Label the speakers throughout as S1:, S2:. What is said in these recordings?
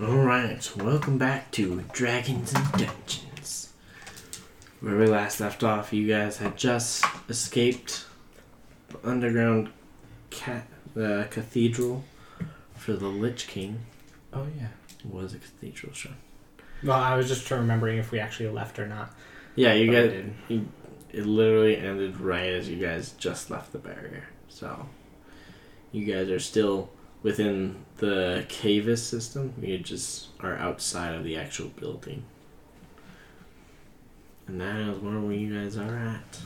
S1: Alright, welcome back to Dragons and Dungeons. Where we last left off, you guys had just escaped the underground cat, the cathedral for the Lich King.
S2: Oh yeah.
S1: Was a cathedral, sure.
S2: Well, I was just remembering if we actually left or not.
S1: Yeah, you
S2: But we
S1: guys.
S2: didn't.
S1: you- It literally ended right as you guys just left the barrier. So, you guys are still within the Cavis system. You just are outside of the actual building. And that is where we- you guys are at.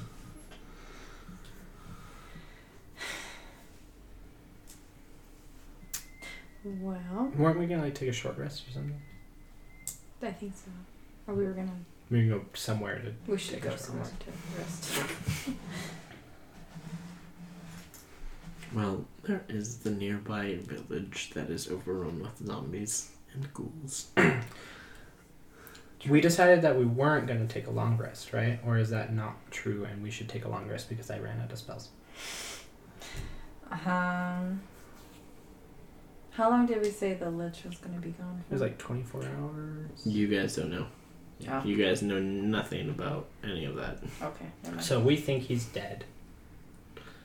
S3: Well,
S2: Weren't we gonna like take a short rest or something?
S3: I think so. Or we were gonna.
S2: We can go somewhere to.
S3: We should
S2: Take a
S3: go
S2: short
S3: somewhere
S2: rest.
S3: to rest.
S1: Well, there is the nearby village that is overrun with zombies and ghouls.
S2: We decided that we weren't gonna take a long rest, right? Or is that not true? And we should take a long rest because I ran out of spells.
S3: Um. How long did we say the lich was gonna be gone?
S2: It was like 24 hours.
S1: You guys don't know.
S3: Yeah.
S1: You guys know nothing about any of that.
S3: Oh, Okay. never mind.
S2: So we think he's dead.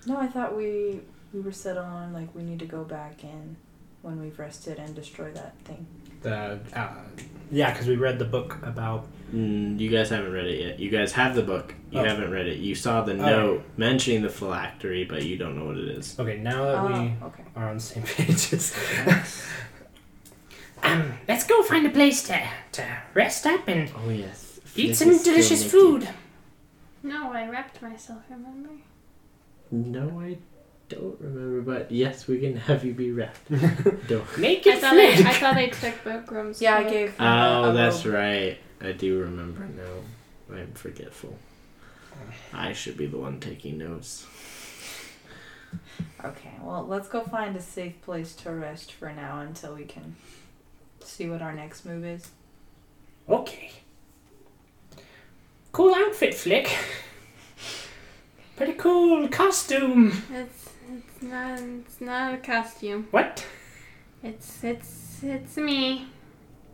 S3: No, I thought we we were set on like we need to go back in when we've rested and destroy that thing.
S2: The uh, yeah, because we read the book about
S1: Mm, you guys haven't read it yet. You guys have the book. You
S2: Oh.
S1: haven't read it. You saw the
S2: Oh.
S1: note mentioning the phylactery, but you don't know what it is.
S2: Okay, now that
S1: Uh.
S2: we
S3: oh, okay.
S2: are on the same pages. um, let's go find a place to, to rest up and
S1: Oh yes.
S2: eat some delicious food.
S4: No, I wrapped myself, remember?
S1: No, I don't remember, but yes, we can have you be wrapped. Don't-
S2: Make
S4: I
S2: it
S4: thought I,
S2: flip.
S4: I thought I took Bookroom's
S3: Yeah, I
S4: book.
S3: gave.
S1: Oh, that's right. I do remember now. I'm forgetful. I should be the one taking notes.
S3: Okay. Well, let's go find a safe place to rest for now until we can see what our next move is.
S2: Okay. Cool outfit, Flick. Pretty cool costume.
S4: It's it's not it's not a costume.
S2: What?
S4: It's it's it's me.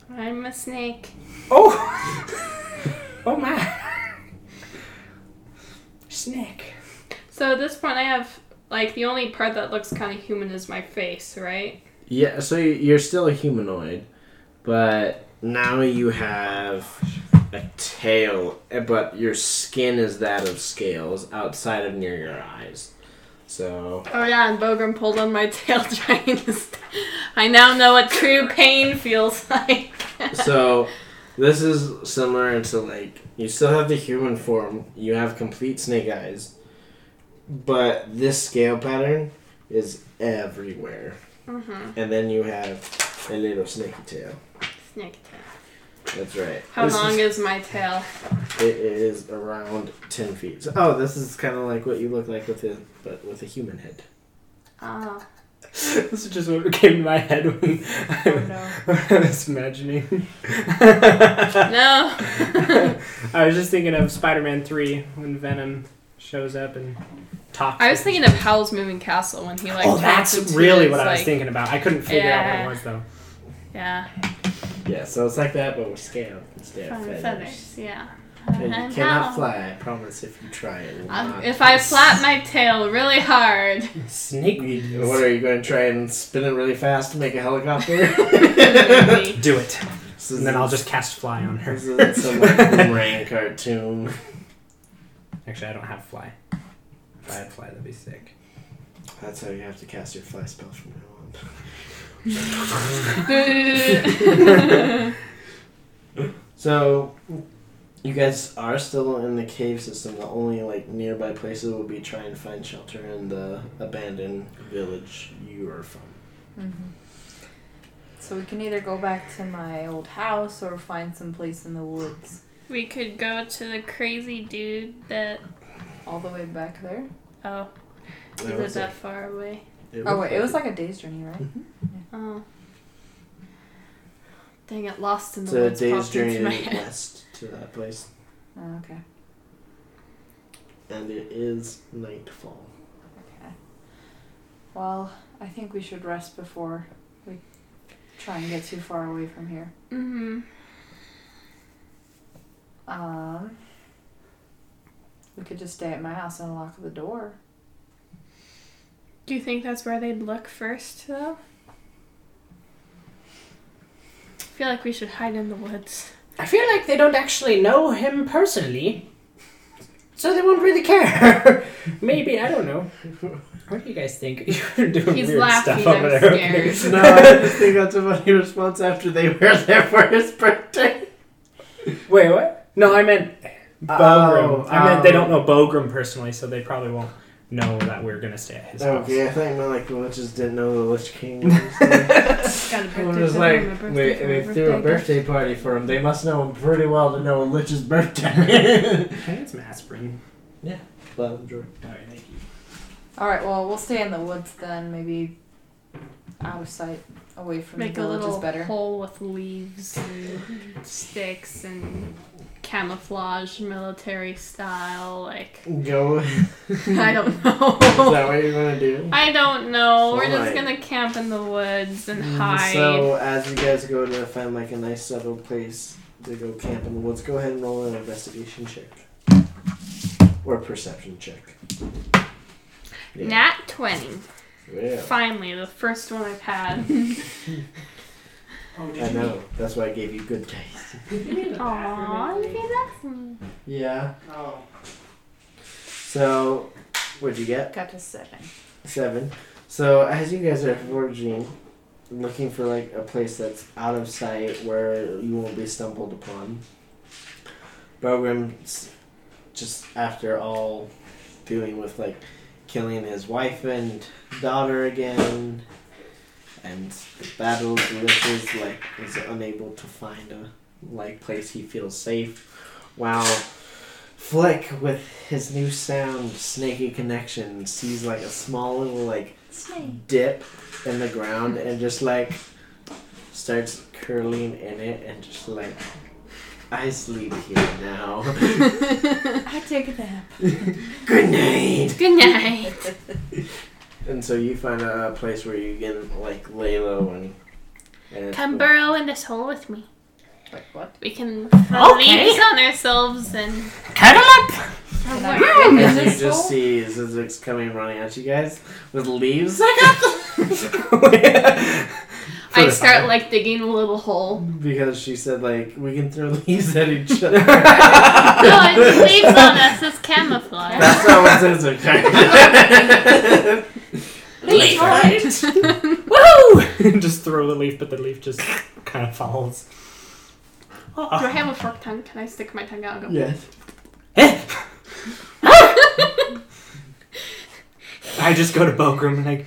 S4: I'm a snake.
S2: Oh! oh my. Snake.
S4: So at this point, I have like the only part that looks kind of human is my face, right?
S1: Yeah, so you're still a humanoid, but now you have a tail, eh, but your skin is that of scales outside of near your eyes. So
S4: Oh yeah, and Bogram pulled on my tail trying to. St- I now know what true pain feels like.
S1: so this is similar to like you still have the human form you have complete snake eyes but this scale pattern is everywhere
S4: Mm-hmm.
S1: and then you have a little snaky tail
S4: Snake tail.
S1: that's right
S4: How
S1: This
S4: long
S1: is,
S4: is my tail?
S1: it is around 10 feet so, oh this is kind of like what you look like with a but with a human head
S4: Oh.
S2: This is just what came to my head when I,
S3: Oh no.
S2: when I was imagining.
S4: No.
S2: I was just thinking of Spider Man 3 when Venom shows up and talks.
S4: I was thinking of Howl's Moving Castle when he like.
S2: oh, that's
S4: talks into
S2: really
S4: his,
S2: what I was
S4: like-
S2: thinking about. I couldn't figure out what it was, though.
S4: Yeah.
S1: yeah so it's like that but with scale instead of
S4: From
S1: feathers,
S4: feathers. Yeah.
S1: And you
S4: And
S1: cannot
S4: how?
S1: fly, I promise, if you try it. will
S4: Um,
S1: not
S4: if I
S1: be
S4: flap my tail really hard,
S2: Snake
S1: You- What are you going to try and spin it really fast to make a helicopter?
S4: maybe.
S2: Do it.
S1: This
S2: And then I'll just cast fly on her.
S1: This is some like boomerang cartoon.
S2: Actually, I don't have fly. If I had fly, that'd be sick.
S1: That's how you have to cast your fly spell from now on. So, you guys are still in the cave system. The only like nearby places will be trying to find shelter in the abandoned village you are from.
S3: Mhm. So we can either go back to my old house or find some place in the woods.
S4: we could go to the crazy dude that.
S3: All the way back there?
S4: Oh,
S1: That
S4: he lives
S1: was
S4: that
S1: it.
S4: far away.
S1: It
S3: Oh, wait, it Mm-hmm. was like a day's journey, right?
S4: Oh. Dang it, lost in the
S1: it's a
S4: woods.
S1: day's
S4: popped
S1: journey
S4: into my head.
S1: west to that place,
S3: Oh, okay.
S1: and it is nightfall.
S3: Okay. Well, I think we should rest before we try and get too far away from here.
S4: Mm-hmm.
S3: Um, we could just stay at my house and lock the door.
S4: Do you think that's where they'd look first, though? I feel like we should hide in the woods.
S2: I feel like they don't actually know him personally, so they won't really care. Maybe I don't know. What do you guys think? You're doing
S4: He's
S2: weird
S4: laughing,
S2: stuff over
S4: I'm
S2: there.
S4: scared.
S1: No, I just think that's a funny response after they were there for his birthday.
S2: Wait, what? No, I meant Bogram.
S1: Oh,
S2: I meant they
S1: oh.
S2: don't know Bogram personally, so they probably won't know that we're gonna stay at his
S1: Okay,
S2: house.
S1: I think my like the witches didn't know the Lich King. Was
S4: Got a
S1: I'm
S4: birthday
S1: just
S4: for him,
S1: like,
S4: a
S1: we,
S4: birthday for
S1: we
S4: him,
S1: threw a
S4: birthday
S1: birthday party for him. They must know him pretty well to know a Lich's birthday.
S2: I think it's some aspirin.
S1: Love and joy.
S2: All right, thank you.
S3: All right. Well, we'll stay in the woods then. Maybe out of sight, away from
S4: Make
S3: the
S4: a
S3: village
S4: little
S3: is better.
S4: hole with leaves and sticks and camouflage military style. Like,
S1: Go. Is
S4: I don't
S1: that
S4: know.
S1: what you're gonna do?
S4: I don't know. We're just
S1: Fine.
S4: gonna camp in the woods and
S1: Mm,
S4: hide.
S1: So as you guys go to find like a nice settled place to go camp in the woods, go ahead and roll an investigation check or perception check. Yeah.
S4: Nat 20.
S1: Yeah.
S4: Finally, the first one I've had.
S2: Oh,
S1: I know. That's why I gave you good taste.
S4: Aww, you gave that to me.
S1: Yeah.
S2: Oh.
S1: So, what'd you get?
S3: Got to seven.
S1: Seven. So as you guys are foraging, looking for like a place that's out of sight where you won't be stumbled upon. Bogram, s- just after all, dealing with like killing his wife and daughter again, and the battle of the witches, like is unable to find a like place he feels safe. While Flick with his new sound, snaky connection, sees like a small little like
S3: Snake.
S1: dip in the ground and just like starts curling in it and just like I sleep here now.
S3: I take a nap.
S1: Good night.
S4: Good night.
S1: And so you find a place where you can like lay low and, and it's
S4: Come
S1: cool.
S4: burrow in this hole with me.
S3: Like what?
S4: We can throw leaves on ourselves and.
S2: Cuddle up.
S3: Can
S4: Oh,
S3: I
S4: wait.
S3: get in
S1: And you
S3: this
S1: just
S3: hole?
S1: see Zizix coming running at you guys with leaves.
S4: I start like digging a little hole.
S1: Because she said like we can throw leaves at each other.
S4: No, it leaves on us. It's camouflage.
S1: That's not what Zizix.
S2: Leaf
S3: right.
S2: Woo! just throw the leaf, but the leaf just kind of falls.
S4: Do I have a forked tongue? Can I stick my tongue out and go?
S1: yes.
S2: Eh. I just go to Bogram and like,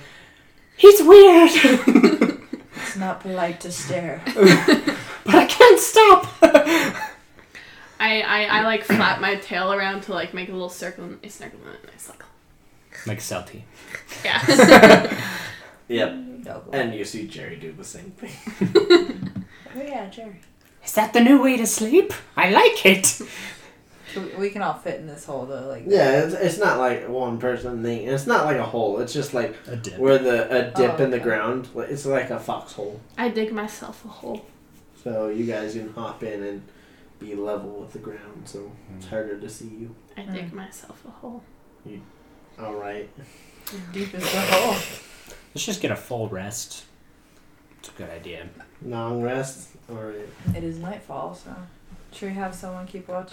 S2: he's weird,
S3: It's not polite to stare.
S2: but I can't stop.
S4: I, I, I like flap my tail around to like make a little circle and I snuggle in it and I suckle.
S2: Like Celty.
S4: Yeah.
S1: Yep.
S3: No.
S1: And you see Jerry do the same thing.
S3: Oh yeah, Jerry.
S2: Is that the new way to sleep? I like it.
S3: We- We can all fit in this hole though. Like
S1: Yeah, it's, it's not like a one person thing. It's not like a hole. It's just like
S2: A dip.
S1: where the a dip
S3: Oh,
S1: in the
S3: okay.
S1: ground. like- It's like a foxhole.
S4: I dig myself a hole.
S1: So you guys can hop in and be level with the ground. So it's
S2: Hmm.
S1: harder to see you.
S4: I dig myself a hole.
S1: All right.
S3: as deep as the hole.
S2: Let's just get a full rest. It's a good idea.
S1: Long rest. All right.
S3: It is nightfall, so should we have someone keep watch,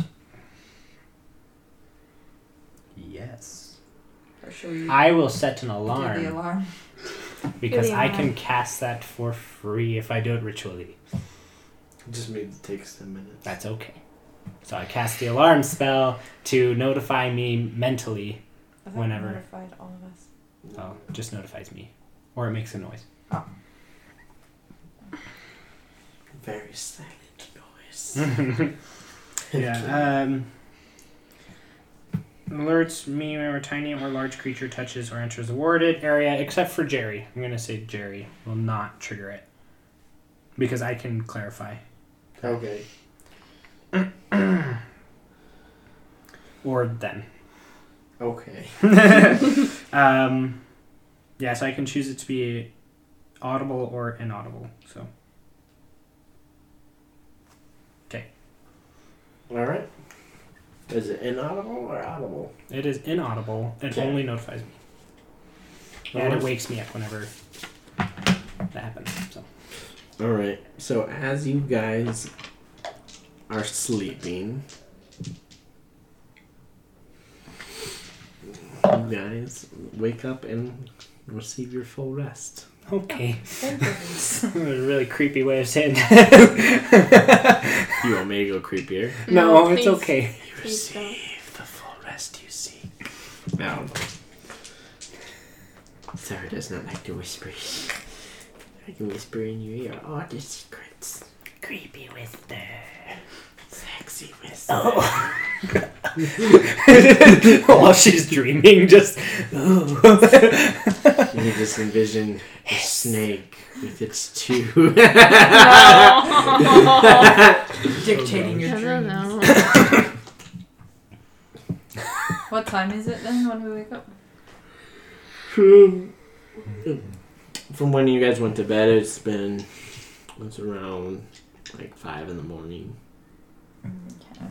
S2: Yes.
S3: or should we
S2: I will set an
S3: do the
S2: alarm
S3: alarm?
S2: because
S4: Do the
S2: I can cast that for free if I do it ritually.
S1: It just maybe takes ten minutes.
S2: That's okay. So I cast the alarm spell to notify me mentally.
S3: I thought
S2: Whenever.
S3: You notified all of us.
S2: Oh, just notifies me. Or it makes a noise.
S1: Very silent noise.
S2: Hmm. yeah. Um, alerts me whenever tiny or large creature touches or enters the warded area, except for Jerry. I'm gonna say Jerry will not trigger it because I can clarify. uh,
S1: okay.
S2: Or them.
S1: Okay.
S2: Um, yeah, so I can choose it to be audible or inaudible. So
S1: All right. Is it inaudible or audible?
S2: It is inaudible. It
S1: Okay.
S2: only notifies me. and it wakes me up whenever that happens. So
S1: All right. So as you guys are sleeping, you guys wake up and receive your full rest.
S2: okay,
S3: Thank goodness.
S2: that was a really creepy way of saying that.
S1: You want me to go creepier?
S2: no,
S4: No,
S2: it's
S4: please.
S2: okay.
S1: You
S4: Please don't.
S1: receive the full rest you seek. Now, Sarah does not like to whisper. I can whisper in your ear all the secrets.
S2: Creepy whisper.
S1: Sexy whisper.
S2: Oh. While she's dreaming, just ooh.
S1: And you just envision a snake with its two.
S3: Dictating your
S4: I don't
S3: dreams.
S4: know.
S3: What time is it then when we wake up?
S1: From from when you guys went to bed, it's been it's around like five in the morning.
S3: Okay.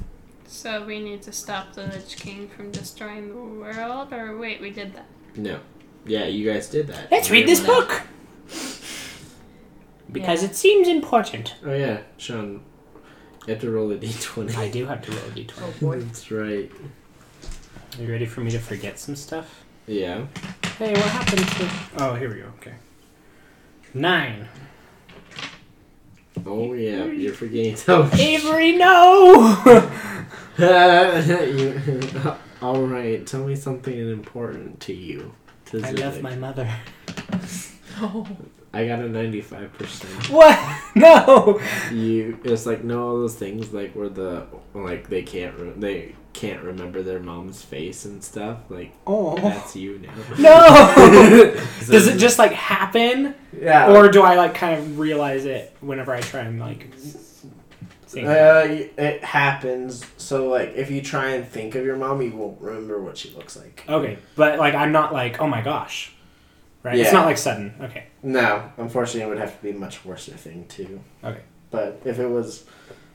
S4: So we need to stop the Lich King from destroying the world, or wait, we did that.
S1: No, yeah, you guys did that.
S2: Let's read this book because it seems important.
S1: Oh yeah, Sean, you have to roll a d twenty.
S2: I do have to roll a d20.
S3: Oh boy.
S1: That's right.
S2: Are you ready for me to forget some stuff?
S1: Yeah.
S2: Hey, what happened to? Oh, here we go. Okay. Nine.
S1: Oh yeah, you're forgetting something.
S2: Avery, no.
S1: You- All right, tell me something important to you. To
S2: I love
S1: Zivik.
S2: my mother.
S3: Oh.
S1: I got a ninety-five percent.
S2: What? No.
S1: you it's like know all those things like where the like they can't re- they can't remember their mom's face and stuff like
S2: Oh.
S1: that's you now
S2: No. Does it just like happen,
S1: yeah
S2: or do I like kind of realize it whenever I try and like? Think?
S1: Uh, it happens so like if you try and think of your mom you won't remember what she looks like
S2: okay, but like I'm not like oh my gosh, right? It's
S1: Yeah.
S2: not like sudden. Okay.
S1: no unfortunately it would have to be much worse a thing too
S2: Okay.
S1: but if it was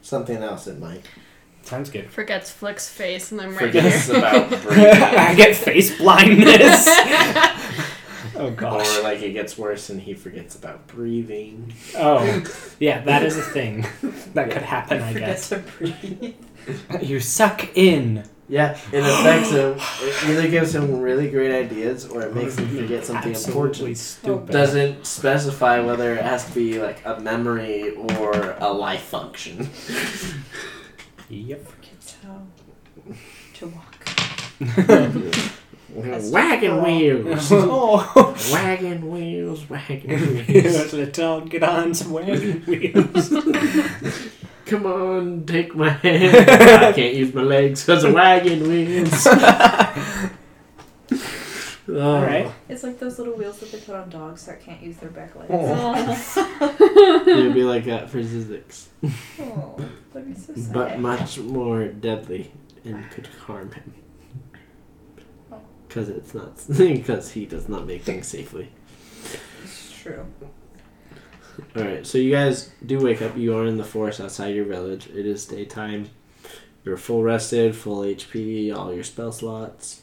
S1: something else it might
S2: Sounds good.
S4: Forgets Flick's face, and I'm right
S1: forgets
S4: here.
S1: about
S2: I
S1: breathing
S2: get face blindness. oh gosh.
S1: or like it gets worse and he forgets about breathing
S2: Oh, yeah, that is a thing that could happen, I
S3: Forget
S2: guess.
S3: to breathe.
S2: You suck in.
S1: Yeah, it affects him. It either gives him really great ideas or it makes him forget something
S2: Absolutely
S1: important.
S2: stupid.
S1: Doesn't specify whether it has to be like a memory or a life function.
S2: Yep.
S3: Forgets how to walk.
S1: wagon wheels,
S2: oh,
S1: wagon wheels, wagon wheels.
S2: Little, get on some wagon wheels.
S1: Come on, take my hand. I can't use my legs because of wagon wheels. Oh.
S2: All right.
S3: It's like those little wheels that they put on dogs that can't use their back legs.
S1: Oh. It'd be like that for Zizix,
S3: Oh, that'd be so sad.
S1: but much more deadly and could harm him. Because it's not. Because he does not make things safely.
S3: It's true.
S1: All right, so you guys do wake up. You are in the forest outside your village. It is daytime. You're full rested, full HP, all your spell slots.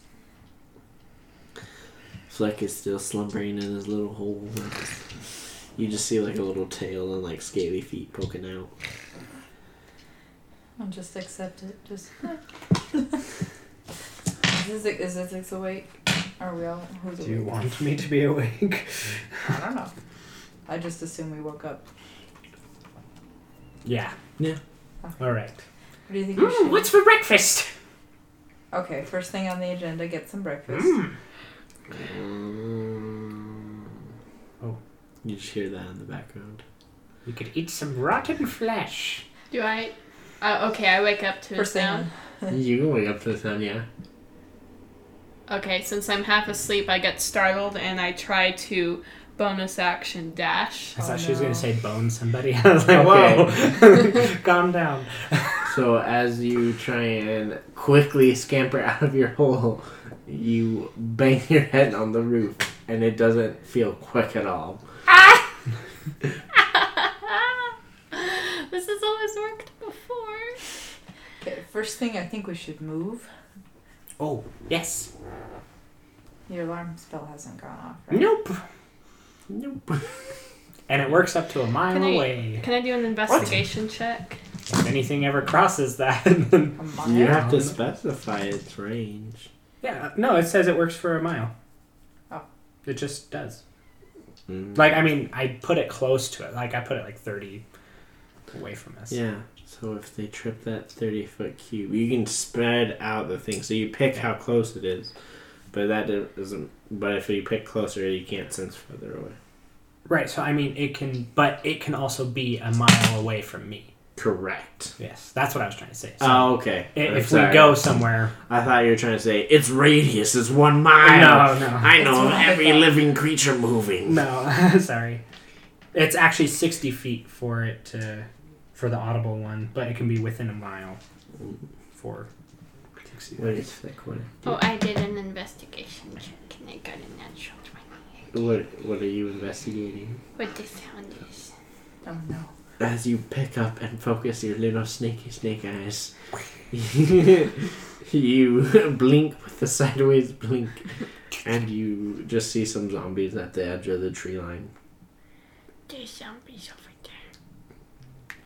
S1: Fleck is still slumbering in his little hole. You just see like a little tail and like scaly feet poking out.
S3: I'll just accept it. Just. is this is this six awake? Are we all? Who's
S2: Do you
S3: awake?
S2: want me to be awake?
S3: I don't know. I just assume we woke up.
S2: Yeah.
S1: Yeah.
S2: All right.
S3: What do you think? we should?
S2: for breakfast?
S3: Okay, first thing on the agenda: get some breakfast.
S1: Um,
S2: Oh.
S1: You just hear that in the background.
S2: We could eat some rotten flesh.
S4: Do I? Uh, okay, I wake up to a
S3: First thing.
S4: sound.
S3: on-
S1: you can wake up to the sound, yeah.
S4: Okay, since I'm half asleep, I get startled and I try to bonus action dash.
S2: I
S3: Oh,
S2: thought she was
S3: no.
S2: gonna say bone somebody. I was like, whoa, calm down.
S1: So as you try and quickly scamper out of your hole, you bang your head on the roof, and it doesn't feel quick at all.
S4: this has always worked before.
S3: Okay, first thing I think we should move.
S2: Oh, yes.
S3: Your alarm spell hasn't gone off, right?
S2: Nope. Nope. and it works up to a mile
S4: Can I-
S2: away.
S4: Can I do an investigation check?
S2: If anything ever crosses that.
S3: A mile?
S1: You have to specify its range.
S2: yeah, no, it says it works for a mile.
S3: Oh.
S2: It just does.
S1: Mm.
S2: Like, I mean, I put it close to it. Like, I put it like 30 away from us.
S1: Yeah. So if they trip that thirty foot cube, you can spread out the thing. So you pick how close it is, but that do- doesn't. But if you pick closer, you can't sense further away.
S2: Right, so I mean, it can, but it can also be a mile away from me.
S1: Correct.
S2: Yes, that's what I was trying to say. So
S1: Oh, okay.
S2: i-
S1: I'm
S2: if we
S1: sorry.
S2: go somewhere,
S1: I thought you were trying to say its radius is one mile.
S2: no, no,
S1: I know of
S3: It's
S1: every
S3: one mile.
S1: living creature moving.
S2: no, sorry. It's actually sixty feet for it to, for the audible one, but it can be within a mile. For. 60
S1: What is thick? What?
S4: Oh, I did an investigation check and I got a natural 20.
S1: What? What are you investigating?
S4: What the sound is.
S3: Oh no.
S1: As you pick up and focus your little snaky snake eyes, you blink with the sideways blink, and you just see some zombies at the edge of the tree line.
S4: There's zombies over there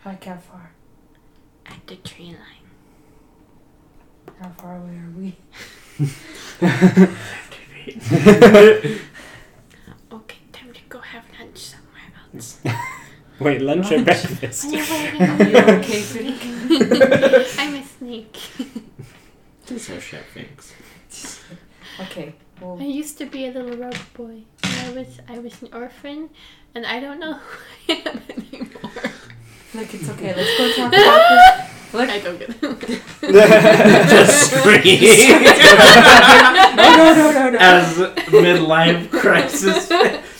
S3: Like how far?
S4: at the tree line.
S3: How far away are we?
S4: Okay, time to go have lunch somewhere else.
S2: Wait, lunch or breakfast?
S4: Whenever
S3: You okay, Finnick?
S4: I'm a snake.
S1: These are shit things.
S3: Okay, well,
S4: I used to be a little robot boy. And I was I was an orphan, and I don't know who I am anymore.
S3: look, it's okay. Let's go talk about this. Look,
S4: I don't get it.
S1: Just scream
S3: no, no, no, no, no.
S1: as midlife crisis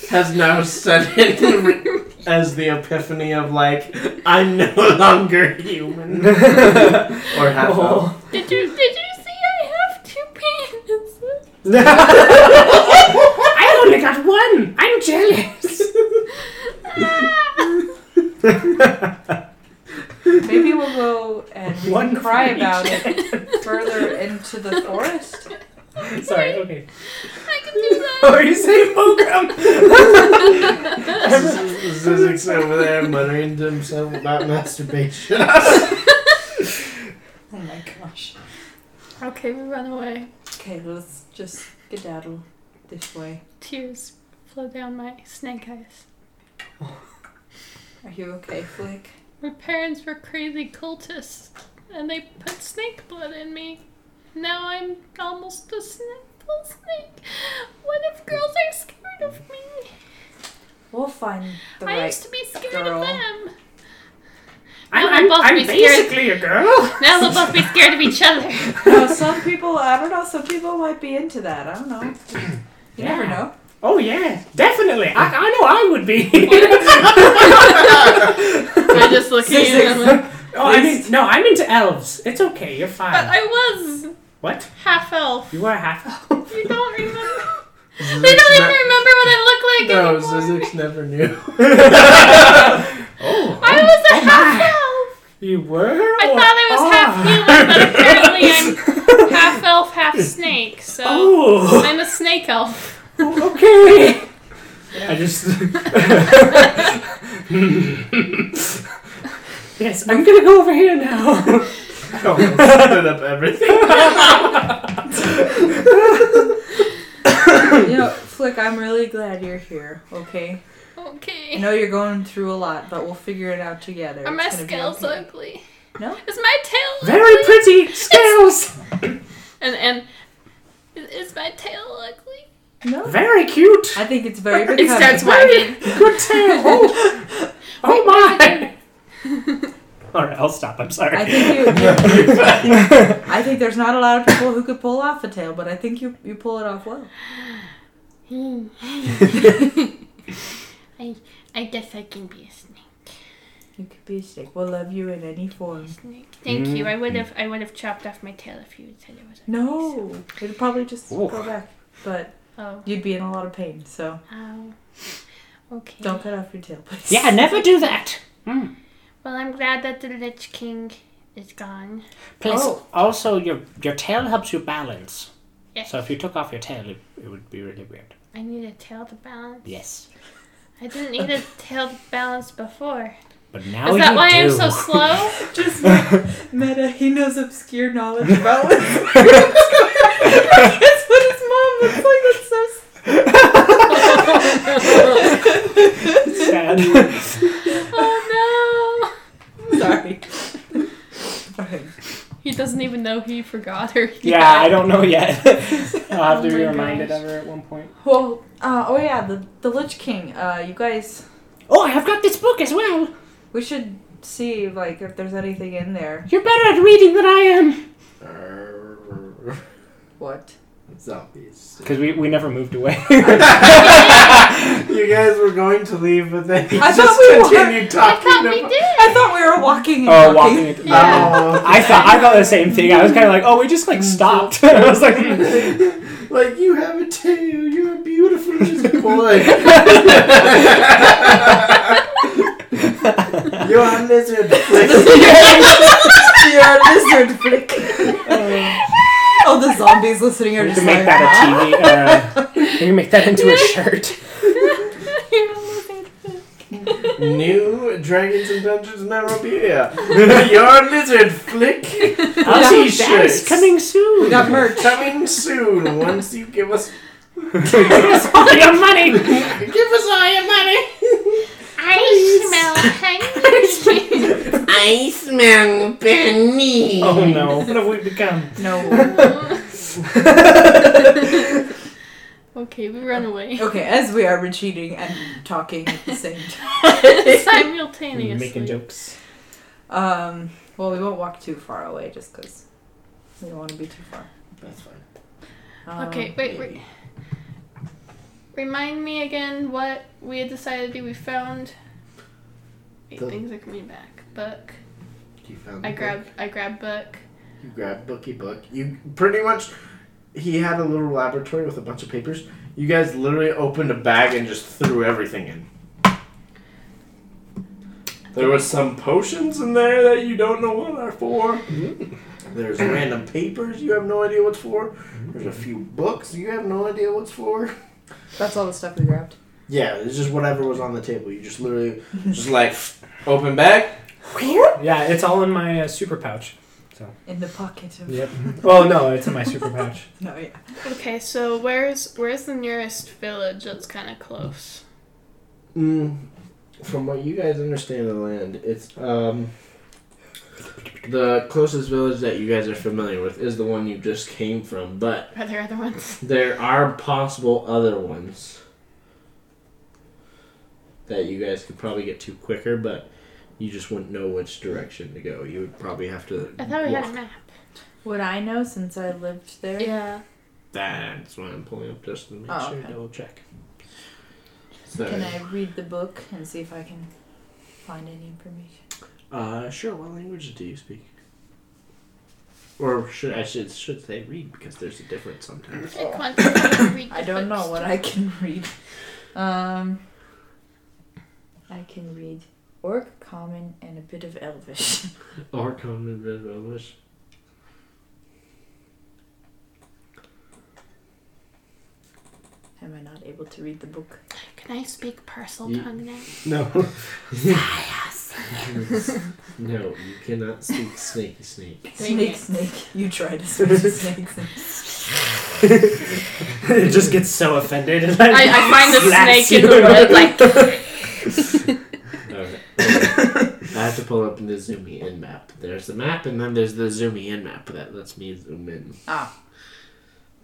S1: has now set in as the epiphany of like I'm no longer human or half elf.
S4: Did you did you see I have two penises?
S2: I only got one. I'm jealous.
S4: Ah!
S3: Maybe we'll go and we
S2: One
S3: can cry
S2: for each.
S3: about it further into the forest.
S2: Sorry. Okay.
S4: I can do that.
S2: Oh, you say
S1: Zizek's over there muttering to himself about masturbation.
S3: Oh my gosh.
S4: Okay, we run away.
S3: Okay, let's just skedaddle this way.
S4: Tears flow down my snake eyes.
S3: Are you okay, Flick?
S4: My parents were crazy cultists, and they put snake blood in me. Now I'm almost a snake, full snake. What if girls are scared of me?
S3: We'll find the
S4: I
S3: right.
S4: used to be scared
S3: girl.
S4: of them.
S2: I'm,
S4: I'm
S2: I'm,
S4: about to be
S2: I'm
S4: scared.
S2: basically a girl.
S4: Now they'll both be scared of each other.
S3: No, some people, I don't know, some people might be into that. I don't know. You never
S2: Yeah.
S3: know.
S2: Oh yeah, definitely. I, I know I would be.
S4: I just look at you and I'm like,
S2: oh, I mean, no, I'm into elves. It's okay. You're fine.
S4: but I was
S2: what?
S4: half elf.
S2: You are half elf.
S4: You don't remember. They don't even remember what I look like
S1: No,
S4: anymore.
S1: Zizek never knew.
S4: I was a
S2: Oh my. Oh, ah.
S4: half elf.
S2: You were.
S4: I thought I was half human, but apparently I'm half elf, half snake. So
S2: Oh.
S4: I'm a snake elf.
S2: okay. I just. yes, I'm gonna go over here now.
S1: Split up everything.
S3: You know, Flick, I'm really glad you're here, okay? I
S4: Okay.
S3: know you're going through a lot, but we'll figure it out together.
S4: Are
S3: It's
S4: my
S3: gonna be
S4: scales
S3: okay.
S4: ugly?
S3: No.
S4: Is my tail
S2: Very
S4: ugly?
S2: pretty scales.
S4: And and is is my tail ugly?
S3: No?
S2: Very cute.
S3: I think it's very
S4: It
S3: becoming.
S4: starts wagging.
S2: Good tail. Oh, oh my. All right, I'll stop. I'm sorry.
S3: I think you, you I think there's not a lot of people who could pull off a tail, but I think you you pull it off well.
S4: Hmm. I I guess I can be a snake.
S3: You could be a snake. We'll love you in any form.
S4: Snake. Thank you. I would have I would have chopped off my tail if you had said it was ugly. so-
S3: No, it'd probably just
S2: Ooh.
S3: go back, but
S4: Oh.
S3: you'd be in a lot of pain. So
S4: Ow. Okay.
S3: don't cut off your tail, please.
S4: Hmm.
S2: Yeah, never do that.
S4: Well, I'm glad that the Lich King is gone.
S2: Plus,
S3: Oh.
S2: also your your tail helps you balance.
S4: Yeah.
S2: So if you took off your tail, it, it would be really weird.
S4: I need a tail to balance.
S2: Yes,
S4: I didn't need a tail to balance before.
S2: but now
S4: is that
S2: you
S4: why
S2: do.
S4: I'm so slow?
S3: Just meta, he knows obscure knowledge about what's going on. That's what his mom looks like. That's so
S2: Sad.
S4: oh
S3: sorry.
S4: no! He doesn't even know he forgot her.
S2: yeah, I don't know yet. I'll have to
S4: Oh
S2: be
S4: my
S2: reminded
S4: gosh.
S2: of her at one point.
S3: Well, uh, oh yeah, the the Lich King. Uh, you guys,
S2: Oh, I've got this book as well.
S3: we should see like if there's anything in there.
S2: You're better at reading than I am.
S3: What?
S1: Zombies.
S2: Because we, we never moved away.
S1: You guys were going to leave, but then you
S3: I thought
S1: just
S3: we were.
S1: continued
S4: I
S1: talking
S4: thought we
S1: about-
S4: did.
S3: I thought we were walking. And
S2: oh,
S3: talking.
S2: walking. Into-
S4: Yeah.
S1: Oh,
S2: Um, I thought I thought the same thing. I was kind of like, oh, we just like stopped. I was like,
S1: like you have a tail. You're a beautiful little boy. You're a lizard.
S3: You're a lizard flick. All the zombies listening are
S2: we
S3: just
S2: can
S3: like,
S2: make that a TV. Uh, we can make that into a shirt.
S4: You're losing.
S1: New Dragons and Dungeons memorabilia. Your lizard flick
S2: I'll see
S1: T-shirts.
S2: shirts coming soon.
S3: we got merch.
S1: coming soon. Once you give us
S2: all your money.
S1: give us all your money.
S4: I smell honey.
S5: I smell penny.
S2: Oh no, what have we become?
S3: No.
S4: okay, we run away
S3: Okay, as we are retreating and talking at the same time.
S4: simultaneously.
S2: Making jokes.
S3: Um, well, we won't walk too far away just because we don't want to be too far.
S1: That's fine.
S3: Um,
S4: Okay, wait, wait. Remind me again what we had decided to do. We found eight
S1: The-
S4: things are coming back. Book.
S1: You found
S4: I
S1: the
S4: grabbed. I grabbed book.
S1: You grabbed Bookie Book. You pretty much. He had a little laboratory with a bunch of papers. You guys literally opened a bag and just threw everything in. There was some potions in there that you don't know what are for. Mm-hmm. There's random papers you have no idea what's for. There's a few books you have no idea what's for.
S3: That's all the stuff we grabbed.
S1: Yeah, it's just whatever was on the table. You just literally just like open bag.
S2: Yeah, it's all in my uh, super pouch.
S3: In the pocket of.
S2: Yep. Well, no, it's in my super pouch.
S3: No, yeah.
S4: Okay, so where's where's the nearest village that's kind of close?
S1: Mm, from what you guys understand of the land, it's um the closest village that you guys are familiar with is the one you just came from, but
S4: Are there other ones?
S1: there are possible other ones that you guys could probably get to quicker, but you just wouldn't know which direction to go. You would probably have to
S4: I thought we had a
S1: walk.
S4: map.
S3: Would I know since I lived there?
S4: Yeah.
S1: That's why I'm pulling up just to make
S3: Oh,
S1: sure
S3: okay.
S1: double check.
S3: Can
S1: Sorry.
S3: I read the book and see if I can find any information?
S1: Uh, sure. What languages do you speak? Or should I should should they read because there's a difference sometimes.
S4: Pick one. Read the
S3: I don't know
S4: books.
S3: what I can read. Um, I can read Orc, Common, and a bit of Elvish.
S1: Or common bit of English.
S3: Am I not able to read the book?
S4: Can I speak parcel
S1: You-
S4: tongue now?
S1: No.
S3: Ah,
S1: no, you cannot speak snaky snake.
S3: Snake,
S4: Snake.
S3: snake. You try to speak to snake, snake.
S2: it just gets so offended. And
S4: I, I find the
S2: Slaps
S4: snake in
S2: you.
S4: the wood, like
S1: Okay. I have to pull up the zoom in map. There's the map, and then there's the zoom in map that lets me zoom in.
S3: Ah.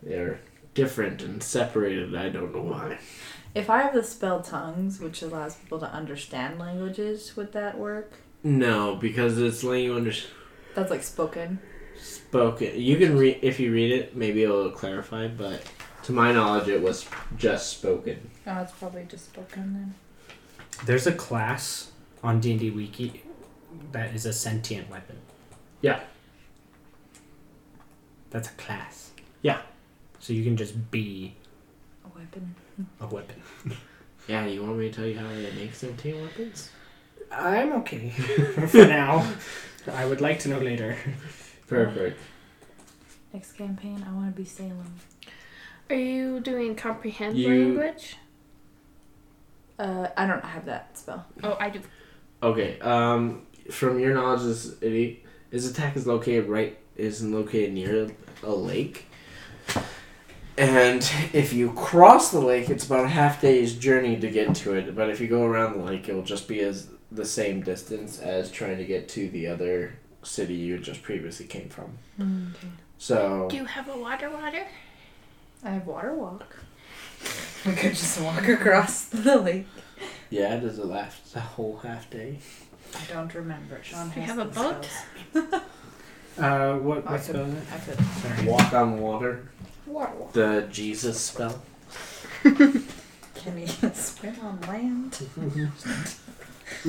S1: They're different and separated. I don't know why.
S3: If I have the spell tongues, which allows people to understand languages, would that work?
S1: No, because it's letting you understand.
S3: That's like spoken.
S1: spoken. You can read if you read it. Maybe it'll clarify. But to my knowledge, it was just spoken.
S3: Oh, it's probably just spoken then.
S2: There's a class on D and D Wiki that is a sentient weapon.
S1: Yeah.
S2: That's a class.
S1: Yeah.
S2: So you can just be
S3: A weapon.
S2: a weapon.
S1: Yeah, you want me to tell you how they make sentient weapons?
S2: I'm okay for now. I would like to know later.
S1: Perfect.
S3: Next campaign, I want to be Salem.
S4: Are you doing comprehend
S1: You-
S4: language?
S3: Uh, I don't have that spell.
S4: Oh, I do.
S1: Okay. Um, from your knowledge, this idiot, his attack is located right is located near a lake, and if you cross the lake, it's about a half day's journey to get to it. But if you go around the lake, it'll just be as the same distance as trying to get to the other city you just previously came from.
S3: okay.
S1: So
S4: Do you have a water water?
S3: I have water walk. We could just walk across the lake.
S1: yeah, does it last a whole half day?
S3: I don't remember. Sean
S4: Do you
S3: has
S4: have a
S3: those
S4: boat?
S3: spells.
S2: Uh, what
S3: I
S2: what
S3: could,
S2: spell is it?
S3: I could.
S2: Sorry.
S1: Walk on water.
S4: Water water.
S1: The Jesus spell.
S3: Can he swim on land?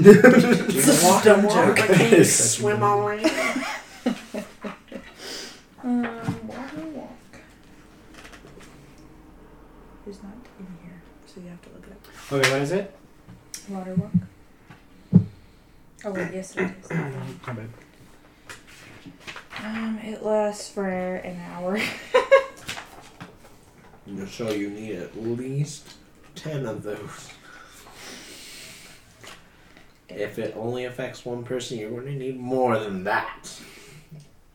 S1: Just walk on water. but can you swim on land?
S3: Um, water walk. Who's not in here? So you have to look it up.
S2: Okay, what is it?
S3: Water walk. Oh wait, yes it is.
S2: My bad.
S3: Um, it lasts for an hour.
S1: So you need at least ten of those. If it only affects one person, you're going to need more than that.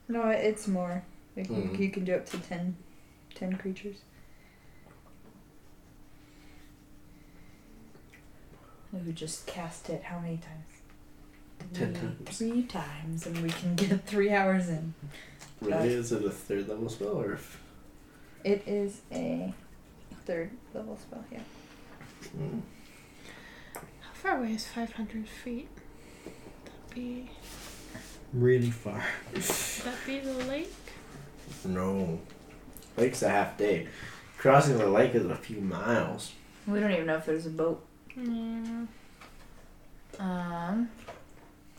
S3: No, it's more. Like you-
S1: Mhm.
S3: you, can do up to 10, 10 creatures. We would just cast it how many times?
S1: Ten
S3: Three-
S1: times.
S3: Three times, and we can get three hours in.
S1: Really, is it a third level spell or? If,
S3: It is a third level spell, yeah.
S1: mm,
S4: How far away is 500 feet? That'd be,
S2: Really far.
S4: that'd be the lake?
S1: no, lake's a half day. Crossing the lake is a few miles.
S3: We don't even know if there's a boat.
S4: Mm.
S3: Um,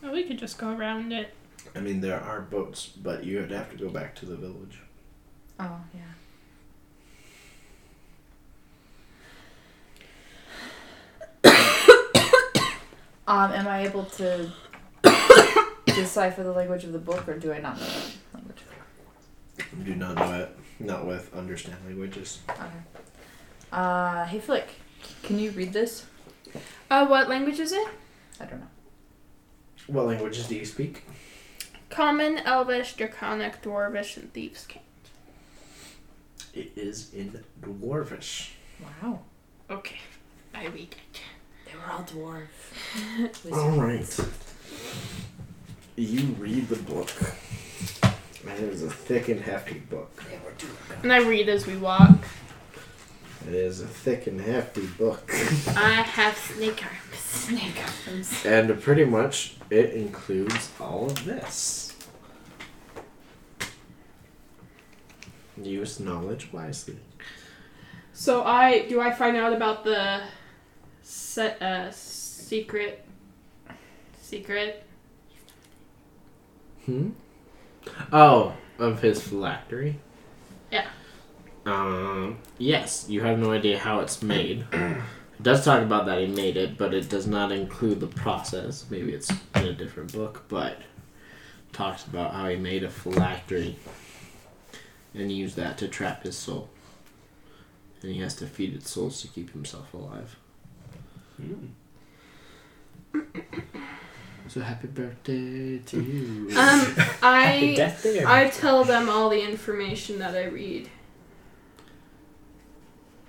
S4: Well, Oh, we could just go around it.
S1: I mean, there are boats, but you would have to go back to the village.
S3: oh, yeah. um, am I able to decipher the language of the book, or do I not know the language?
S1: You do not know it. Not with understand languages.
S3: Okay. Uh, hey, Flick, can you read this?
S4: Uh, what language is it?
S3: I don't know.
S1: What languages do you speak?
S4: Common, Elvish, Draconic, Dwarvish, and Thieves' Cant.
S1: It is in Dwarvish.
S3: Wow.
S4: Okay, I read it.
S3: They were all dwarf.
S1: All right. You read the book. It is a thick and hefty book.
S3: They were dwarf.
S4: And I read as we walk.
S1: It is a thick and hefty book.
S4: I have snake arms.
S3: Snake arms.
S1: and pretty much it includes all of this. Use knowledge wisely.
S4: So I do I find out about the set uh secret secret
S1: Hmm? Oh, of his phylactery?
S4: Yeah.
S1: Um, yes, you have no idea how it's made. it does talk about that he made it, but it does not include the process. Maybe it's in a different book, but talks about how he made a phylactery and used that to trap his soul. And he has to feed its souls to keep himself alive. So happy birthday to you.
S4: Um
S2: Happy
S4: I
S2: death day. or-
S4: I tell them all the information that I read.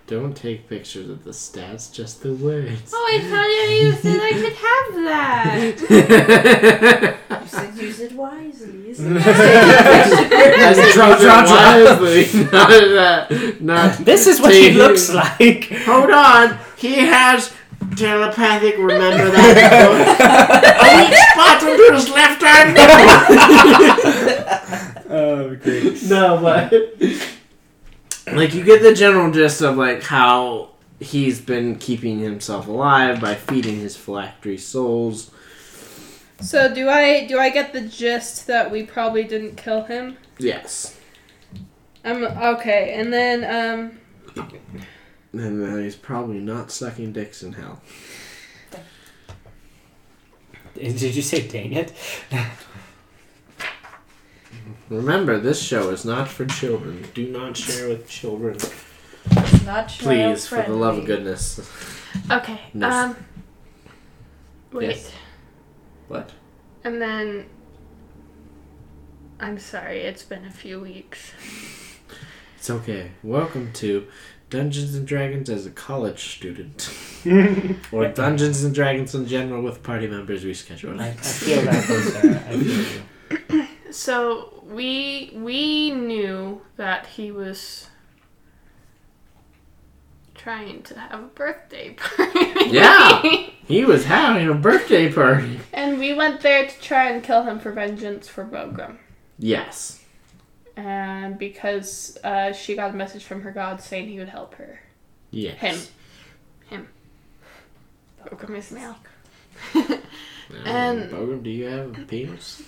S1: Don't take pictures of the stats, just the words.
S4: Oh I thought you said I could have that.
S3: You said use it wisely.
S1: As
S2: Drop, drop, drop.
S1: wisely, not that. Not
S2: This is what he
S1: taking-
S2: looks like.
S1: Hold on, he has telepathic. Remember that. A weak spot under his left arm.
S2: Oh, great.
S1: No, but like you get the general gist of like how he's been keeping himself alive by feeding his phylactery souls.
S4: So do I do I get the gist that we probably didn't kill him?
S1: Yes,
S4: Um okay, and then um
S1: and then he's probably not sucking dicks in hell.
S2: Did you say dang it?
S1: Remember, this show is not for children. Do not share with children.
S3: It's not child
S1: Please, for the love of goodness.
S4: Okay.
S1: No.
S4: Um. Wait.
S1: Yes. What?
S4: And then. I'm sorry, it's been a few weeks.
S1: It's okay. Welcome to Dungeons and Dragons as a college student. or Dungeons and Dragons in general with party members we schedule.
S2: I, I feel that, though, Sarah. I feel you.
S4: So we we knew that he was trying to have a birthday party.
S1: Yeah. He was having a birthday party.
S4: and we went there to try and kill him for vengeance for Bogram.
S1: Yes.
S4: And because uh, she got a message from her god saying he would help her.
S1: Yes.
S4: Him. Him. Bogram is male.
S1: Um,
S4: And-
S1: Bogan, do you have a penis?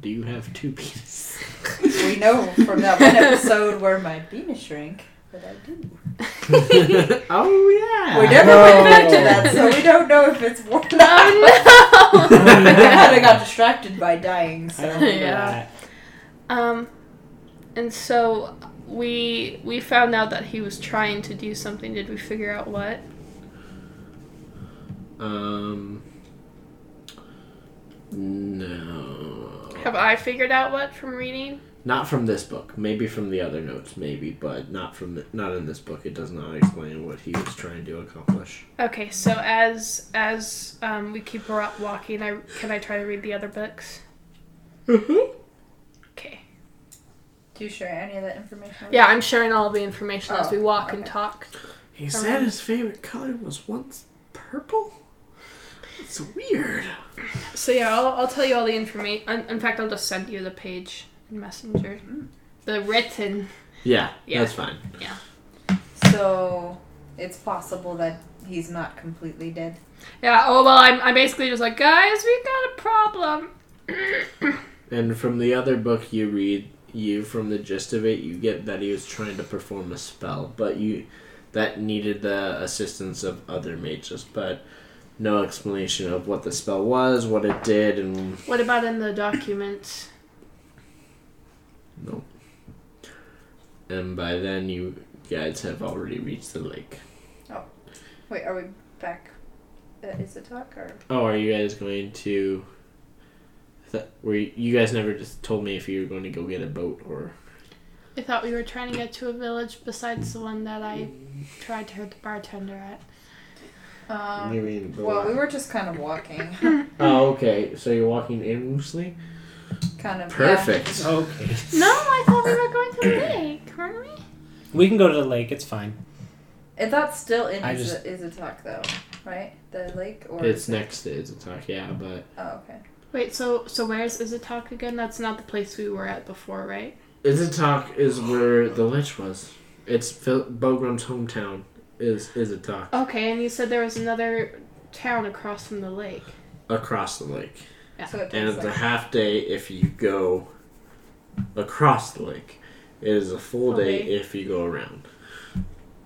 S1: Do you have two penises?
S3: We know from that one episode where my penis shrank. But I do.
S1: oh
S4: Ah.
S1: yeah.
S3: We never
S2: No.
S3: went back to that, so we don't know if it's one.
S4: Oh no!
S3: I kind of got distracted by dying,
S2: I don't
S3: so.
S2: remember
S4: Yeah.
S2: that.
S4: Um, and so we we found out that he was trying to do something. Did we figure out what?
S1: Um. No.
S4: Have I figured out what from reading?
S1: Not from this book. Maybe from the other notes. Maybe, but not from the, not in this book. It does not explain what he was trying to accomplish.
S4: Okay, so as as um, we keep wa- walking, I can I try to read the other books?
S1: Mm-hmm.
S4: Okay.
S3: Do you share any of that information?
S4: Yeah, I'm sharing all the information as
S3: Oh,
S4: we walk and
S3: okay.
S4: talk.
S1: He said his favorite color was once purple. It's weird.
S4: So yeah, I'll, I'll tell you all the information. In fact, I'll just send you the page in Messenger.
S3: Mm-hmm.
S4: The written.
S1: Yeah,
S4: Yeah.
S1: that's fine.
S3: So it's possible that he's not completely dead.
S4: Yeah. Oh well, I'm I'm basically just like guys, we got a problem.
S1: And from the other book you read, you from the gist of it, you get that he was trying to perform a spell, but you that needed the assistance of other mages, but no explanation of what the spell was, what it did, and
S4: What about in the documents?
S1: no. And by then you guys have already reached the lake.
S3: Wait, are we back? Uh, is it talk or?
S1: Oh, are you guys going to? I thought- Were you, you guys never just told me if you were going to go get a boat or?
S4: I thought we were trying to get to a village besides the one that I tried to hurt the bartender at.
S1: You
S3: Um,
S1: mean the
S3: well,
S1: wa-
S3: we were just kind of walking,
S1: Oh, okay. So you're walking in loosely.
S3: kind of. yeah.
S1: Perfect.
S2: Okay.
S4: No, I thought we were going to the lake, weren't we?
S2: We can go to the lake. It's fine.
S3: And that's still in
S2: I
S3: is,
S2: just-
S3: a, is a talk though, right? The lake or
S1: It's
S3: is it-
S1: next to Izatak, yeah, but
S3: Oh, okay.
S4: Wait, so so where's Izatok again? That's not the place we were at before, right?
S1: Izatak is where the lich was. It's Phil- Bogrum's hometown. Is Izatak
S4: Okay, and you said there was another town across from the lake.
S1: across the lake,
S4: Yeah.
S3: So it
S1: and
S3: takes
S1: it's a
S3: like,
S1: half day if you go across the lake. It is a full
S4: Full
S1: day
S4: day.
S1: if you go around.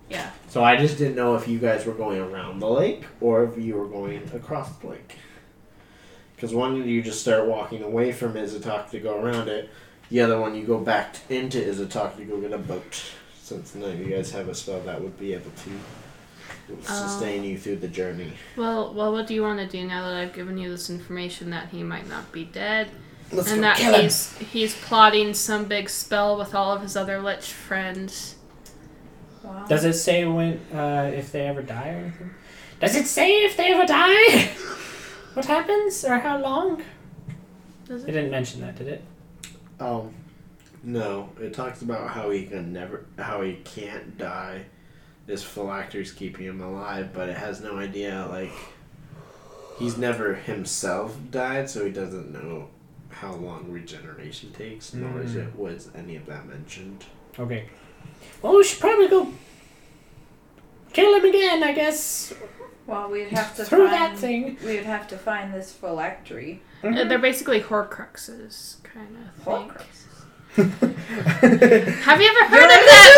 S4: Yeah.
S1: So I just didn't know if you guys were going around the lake or if you were going across the lake. Because one you just start walking away from Izatak to go around it, the other one you go back t- into Izatak to go get a boat. Since none of you guys have a spell that would be able to
S4: Oh.
S1: sustain you through the journey.
S4: Well, well, what do you want to do now that I've given you this information that he might not be dead
S1: Let's
S4: and
S1: go
S4: that
S1: kill him.
S4: he's he's plotting some big spell with all of his other lich friends?
S3: wow.
S2: Does it say when, uh, if they ever die or anything? Does it say if they ever die? what happens or how long?
S4: Does
S2: It
S4: it?
S2: didn't mention that, did it?
S1: Oh, no. It talks about how he can never, how he can't die. This phylactery's keeping him alive, but it has no idea. Like, he's never himself died, so he doesn't know how long regeneration takes. Nor is
S2: Mm.
S1: it was any of that mentioned.
S2: Okay. Well, we should probably go kill him again, I guess.
S3: Well, we'd have to
S2: Through
S3: find,
S2: that thing.
S3: We would have to find this phylactery.
S4: Uh, They're basically Horcruxes, kind of thing. Have you ever heard of that?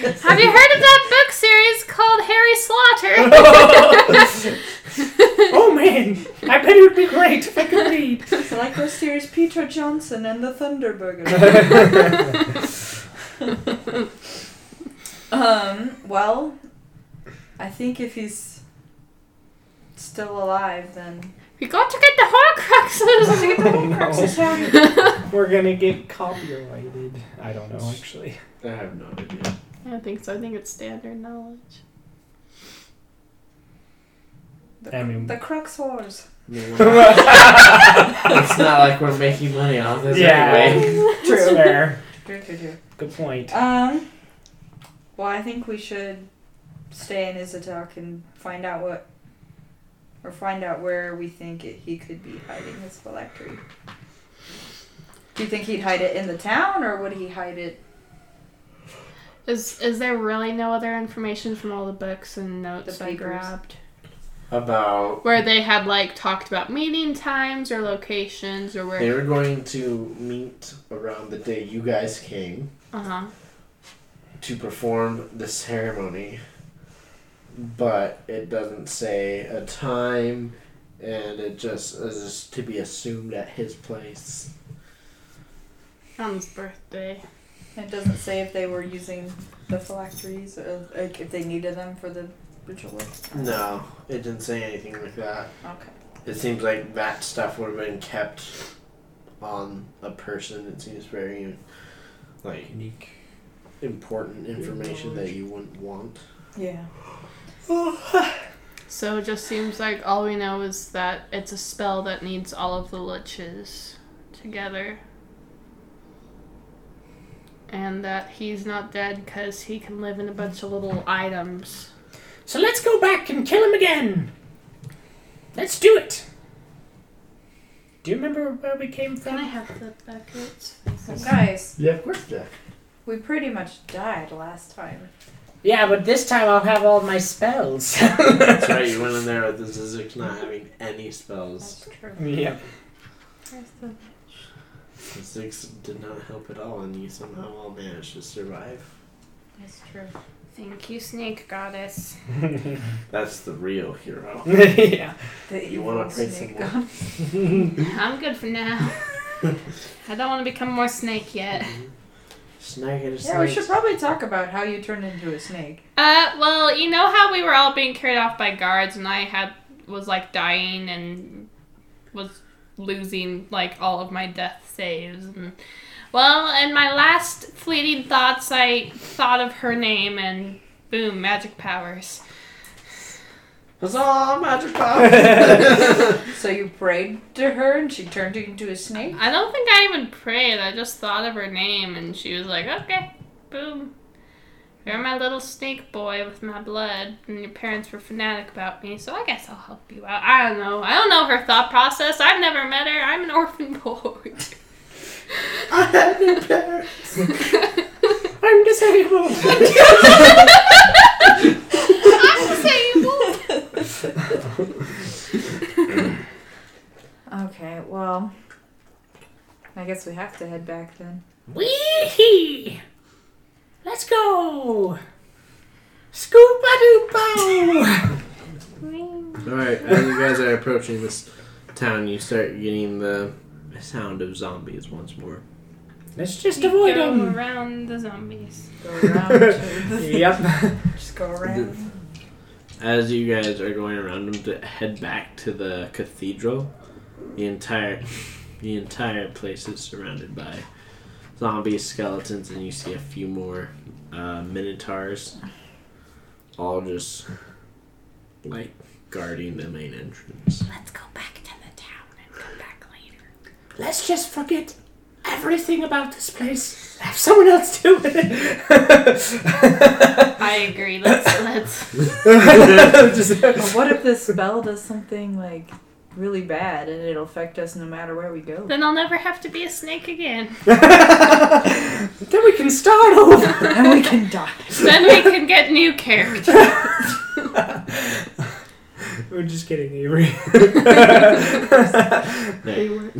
S4: Have you heard of that book series called Harry Slaughter?
S2: oh man, I bet it would be great if I could read.
S3: So like this here's Peter Johnson and the Thunderbugger. um, well, I think if he's still alive, then
S4: We got to get the Horcruxes.
S3: Get the Horcruxes out.
S2: We're gonna get copyrighted. I don't know actually.
S1: I have no idea.
S4: I don't think so. I think it's standard knowledge.
S3: The,
S2: I mean-
S3: the crux whores.
S1: I mean, we're not- it's not like we're making money off this
S2: Yeah.
S1: anyway.
S2: It's fair.
S3: True, true, true.
S2: Good point.
S3: Um, well, I think we should stay in Izatok and find out what, or find out where we think it, he could be hiding his phylactery. Do you think he'd hide it in the town, or would he hide it?
S4: Is is there really no other information from all the books and notes
S3: The
S4: I
S3: papers.
S4: grabbed
S1: About
S4: where they had like talked about meeting times or locations or
S1: they
S4: where?
S1: were going to meet around the day you guys came
S4: Uh huh.
S1: to perform the ceremony, but it doesn't say a time, and it just is just to be assumed at his place.
S4: On his birthday.
S3: It doesn't say if they were using the phylacteries, or like if they needed them for the ritual.
S1: No, it didn't say anything like that.
S3: Okay.
S1: It seems like that stuff would have been kept on a person. It seems very like
S2: Unique.
S1: important information that you wouldn't want.
S3: Yeah.
S4: So it just seems like all we know is that it's a spell that needs all of the liches together. And that he's not dead because he can live in a bunch of little items.
S2: So let's go back and kill him again. Let's do it. Do you remember where we came
S4: Can I
S2: from?
S4: have the buckets?
S3: So guys,
S1: Yeah, of course, Jack.
S3: we pretty much died last time.
S2: Yeah, but this time I'll have all my spells.
S1: That's right. You went in there with the Zizix not having any spells.
S3: true.
S2: Yep.
S1: Mm. Zizix did not help at all, and you somehow all managed to survive.
S3: That's true.
S4: Thank you, snake goddess.
S1: That's the real hero.
S2: yeah.
S3: The
S1: You wanna
S3: evil
S1: pray
S3: snake
S1: some more?
S3: god.
S4: I'm good for now. I don't want to become more snake yet.
S1: Snag it.
S3: Yeah, we should probably talk about how you turned into a snake.
S4: Uh, well, you know how we were all being carried off by guards, and I had was like dying and was losing like all of my death saves. And well, in my last fleeting thoughts, I thought of her name, and boom, magic powers.
S1: Huzzah! Magic power.
S3: So you prayed to her and she turned you into a snake?
S4: I don't think I even prayed. I just thought of her name, and she was like, "Okay, boom." You're my little snake boy with my blood, and your parents were fanatic about me, so I guess I'll help you out. I don't know. I don't know her thought process. I've never met her. I'm an orphan boy.
S1: I had no parents.
S2: I'm disabled.
S4: I'm disabled.
S3: Okay, well, I guess we have to head back then.
S2: Wee! Let's go! Scoop a
S1: All right, as you guys are approaching this town, you start getting the sound of zombies once more.
S2: Let's just avoid
S4: Go
S2: them!
S4: around the zombies.
S3: Go around to
S2: Yep.
S3: just go around.
S1: As you guys are going around them to head back to the cathedral, the entire the entire place is surrounded by zombie skeletons, and you see a few more uh, minotaurs, all just like guarding the main entrance.
S4: Let's go back to the town and come back later.
S2: Let's just forget everything about this place. Have someone else do it.
S4: I agree. Let's let's.
S3: But what if this spell does something like really bad and it'll affect us no matter where we go?
S4: Then I'll never have to be a snake again.
S2: then we can start over.
S3: and we can die.
S4: then we can get new characters.
S2: We're just kidding, Avery.
S1: Hey,
S2: no,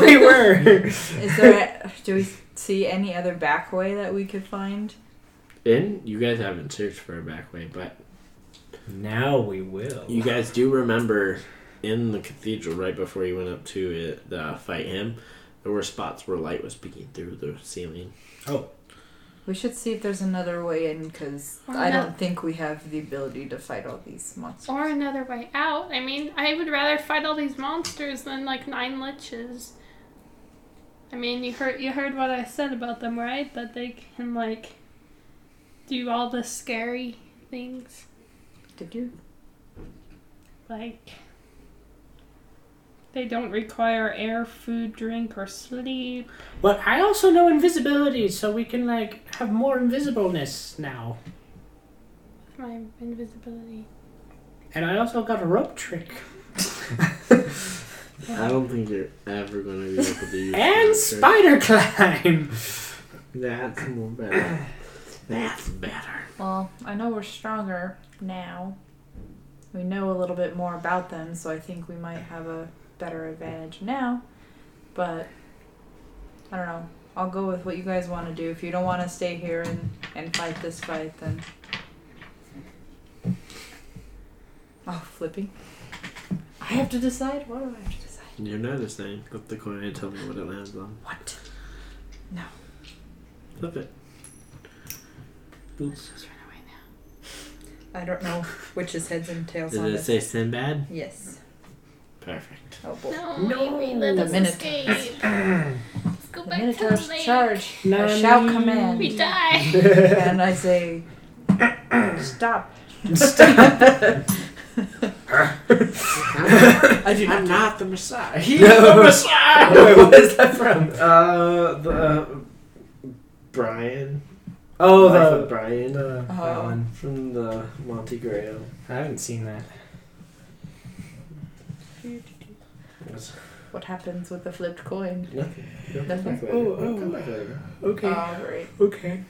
S2: we were.
S3: Is there? A, do we see any other back way that we could find?
S1: in you guys haven't searched for a back way, but
S2: Now we will.
S1: You guys do remember in the cathedral right before you went up to it, uh, fight him, there were spots where light was peeking through the ceiling.
S3: We should see if there's another way in because
S4: Or
S3: I
S4: not.
S3: don't think we have the ability to fight all these monsters.
S4: Or another way out. I mean, I would rather fight all these monsters than like nine liches. I mean, you heard you heard what I said about them, right? That they can like do all the scary things,
S3: Did you?
S4: like they don't require air, food, drink, or sleep.
S2: But I also know invisibility, so we can like have more invisibleness now.
S4: My invisibility.
S2: And I also got a rope trick
S1: I don't think you're ever going to be able to use
S2: and
S1: that trick.
S2: spider climb.
S1: That's more better. That's better.
S3: Well, I know we're stronger now. We know a little bit more about them, so I think we might have a better advantage now. But I don't know. I'll go with what you guys want to do. If you don't want to stay here and, and fight this fight, then. Oh, flipping. I have to decide? What do I have to decide?
S1: You're not just saying, flip the coin and tell me what it lands on.
S3: What?
S1: Flip it.
S4: Let's just run away now.
S3: I don't know. Witches' heads and tails
S1: Did it say Sinbad?
S3: Yes.
S1: Perfect.
S3: Oh boy.
S4: No, we let
S3: The
S4: us
S3: minute-
S4: escape. Let's go
S3: The
S4: back to
S3: Minotaur's
S4: the lake.
S3: charge. I
S2: Nani.
S3: shall command.
S4: We die.
S3: and I say, stop.
S1: I do I'm not the Messiah.
S2: Where is that from?
S1: Uh, the uh, Brian.
S2: Oh,
S1: Life
S2: the,
S1: of Brian uh,
S2: the that
S3: Oh.
S2: one.
S1: from the Monte Greo.
S2: I haven't seen that.
S1: Was
S3: What happens with the flipped coin?
S1: nothing.
S3: Nothing.
S1: Oh,
S2: Oh, oh.
S3: Oh,
S2: Okay.
S3: great.
S2: okay.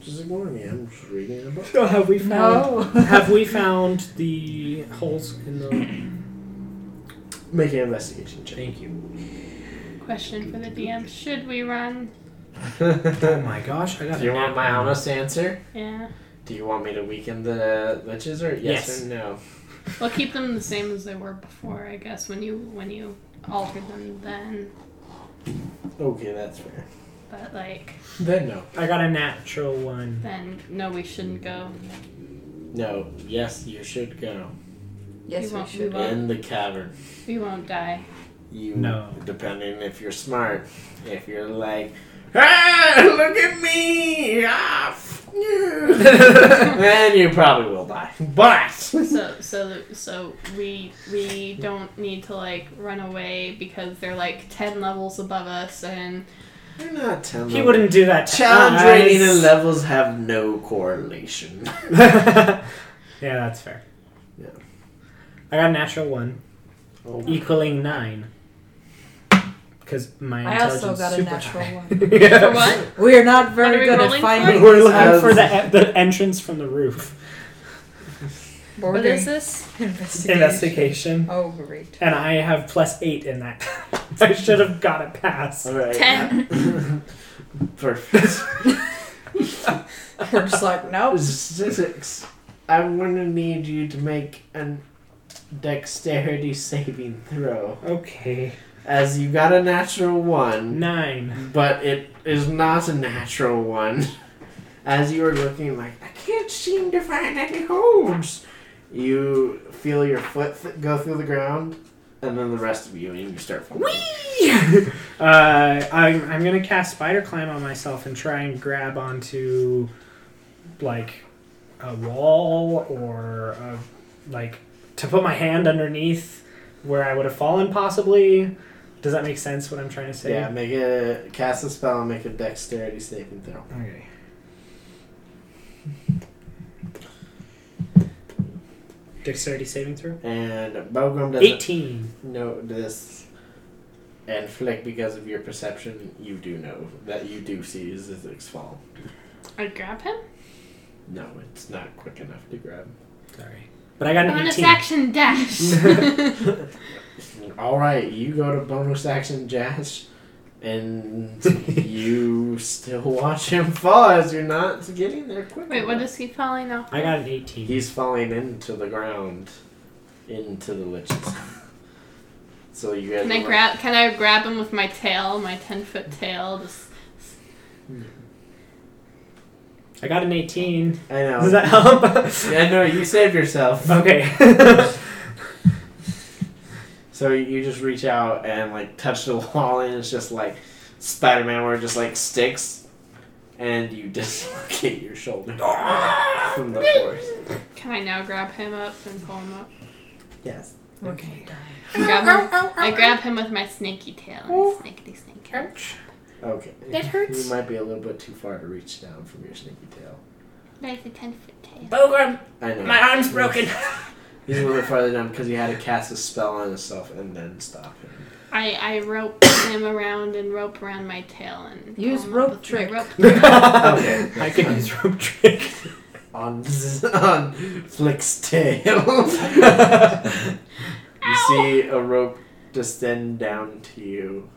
S1: Just ignore me. I'm just reading a book.
S2: So have we found?
S3: No.
S2: Have we found the holes in the?
S1: Make an investigation check.
S2: Thank you.
S4: Question for the DM: Should we run?
S2: Oh
S1: Do
S2: my gosh! I got.
S1: you
S2: a
S1: want
S2: nap.
S1: my honest answer?
S4: Yeah.
S1: Do you want me to weaken the witches or yes,
S2: Yes.
S1: or no?
S4: Well, keep them the same as they were before, I guess. When you when you alter them, then
S1: Okay, that's fair.
S4: but like
S1: Then no.
S2: I got a natural one.
S4: then no, we shouldn't go.
S1: No. Yes, you should go
S3: Yes,
S4: You
S3: we
S4: won't
S3: should.
S4: move on.
S1: in the cavern.
S4: We won't die.
S1: You
S2: No.
S1: Depending if you're smart, if you're like, ah, look at me, ah, f- you," then you probably will die. But
S4: So so so we we don't need to like run away because they're like ten levels above us and
S1: you're not telling.
S2: He wouldn't do that. to
S1: Challenge
S2: us.
S1: rating and levels have no correlation.
S2: yeah, that's fair.
S1: Yeah.
S2: I got a natural one,
S1: Oh,
S2: equaling nine. Because my
S3: I also
S2: intelligence
S3: got a
S2: super
S3: natural
S2: high.
S3: one.
S4: for what?
S3: We are not
S4: What are
S3: very
S4: we
S3: good at
S4: rolling for?
S3: finding.
S2: We're looking
S1: As-
S2: for the, the entrance from the roof.
S4: What is this?
S3: Investigation.
S2: Investigation.
S3: Oh, great.
S2: And I have plus eight in that. I should have got a pass.
S1: all right.
S4: Ten.
S1: Perfect.
S3: We're just like, no.
S1: Six. I'm gonna need you to make a dexterity saving throw,
S2: Okay.
S1: as you got a natural one.
S2: Nine.
S1: but it is not a natural one. As you are looking, like, I can't seem to find any holes, you feel your foot th- go through the ground, and then the rest of you, and you start falling.
S2: Uh, I'm, I'm gonna cast spider climb on myself and try and grab onto like a wall or a, like to put my hand underneath where I would have fallen possibly. Does that make sense? What I'm trying to say?
S1: Yeah, make a cast a spell and make a dexterity saving throw.
S2: Okay. Dexterity saving throw.
S1: And Bogum doesn't
S2: Eighteen.
S1: know this. And Flick, because of your perception, you do know that you do see Zizik's fall.
S4: I grab him.
S1: No, it's not quick enough to grab.
S2: Sorry, but I got an
S4: Bonus
S2: eighteen.
S4: action dash.
S1: All right, you go to bonus action dash, and you still watch him fall as you're not getting there quick.
S4: Wait, what
S1: enough.
S4: is he falling off?
S2: I got an eighteen.
S1: He's falling into the ground, into the liches. So you guys.
S4: Can I
S1: were-
S4: grab? Can I grab him with my tail, my ten foot tail? Just
S2: I got an 18.
S1: I know.
S2: Does that help?
S1: yeah, no, you saved yourself.
S2: okay.
S1: So you just reach out and like touch the wall, and it's just like Spider Man, where it just like sticks, and you dislocate your shoulder from the force.
S4: can I now grab him up and pull him up?
S1: Yes.
S3: Okay.
S4: I grab him,
S3: Oh,
S4: I grab him with my snaky tail and snaky snake.
S1: Okay.
S4: That hurts.
S1: You might be a little bit too far to reach down from your sneaky tail.
S4: Nice ten foot tail.
S5: Bogram,
S1: I know.
S5: my arm's broken.
S1: He's a little bit farther down because he had to cast a spell on himself and then stop him.
S4: I, I rope him around and rope around my tail and
S3: Use
S4: pull him up
S3: rope
S4: with my
S3: trick.
S4: Oh, rope.
S2: I could
S1: fine.
S2: use rope trick.
S1: On on Flick's tail. you see a rope descend down to you,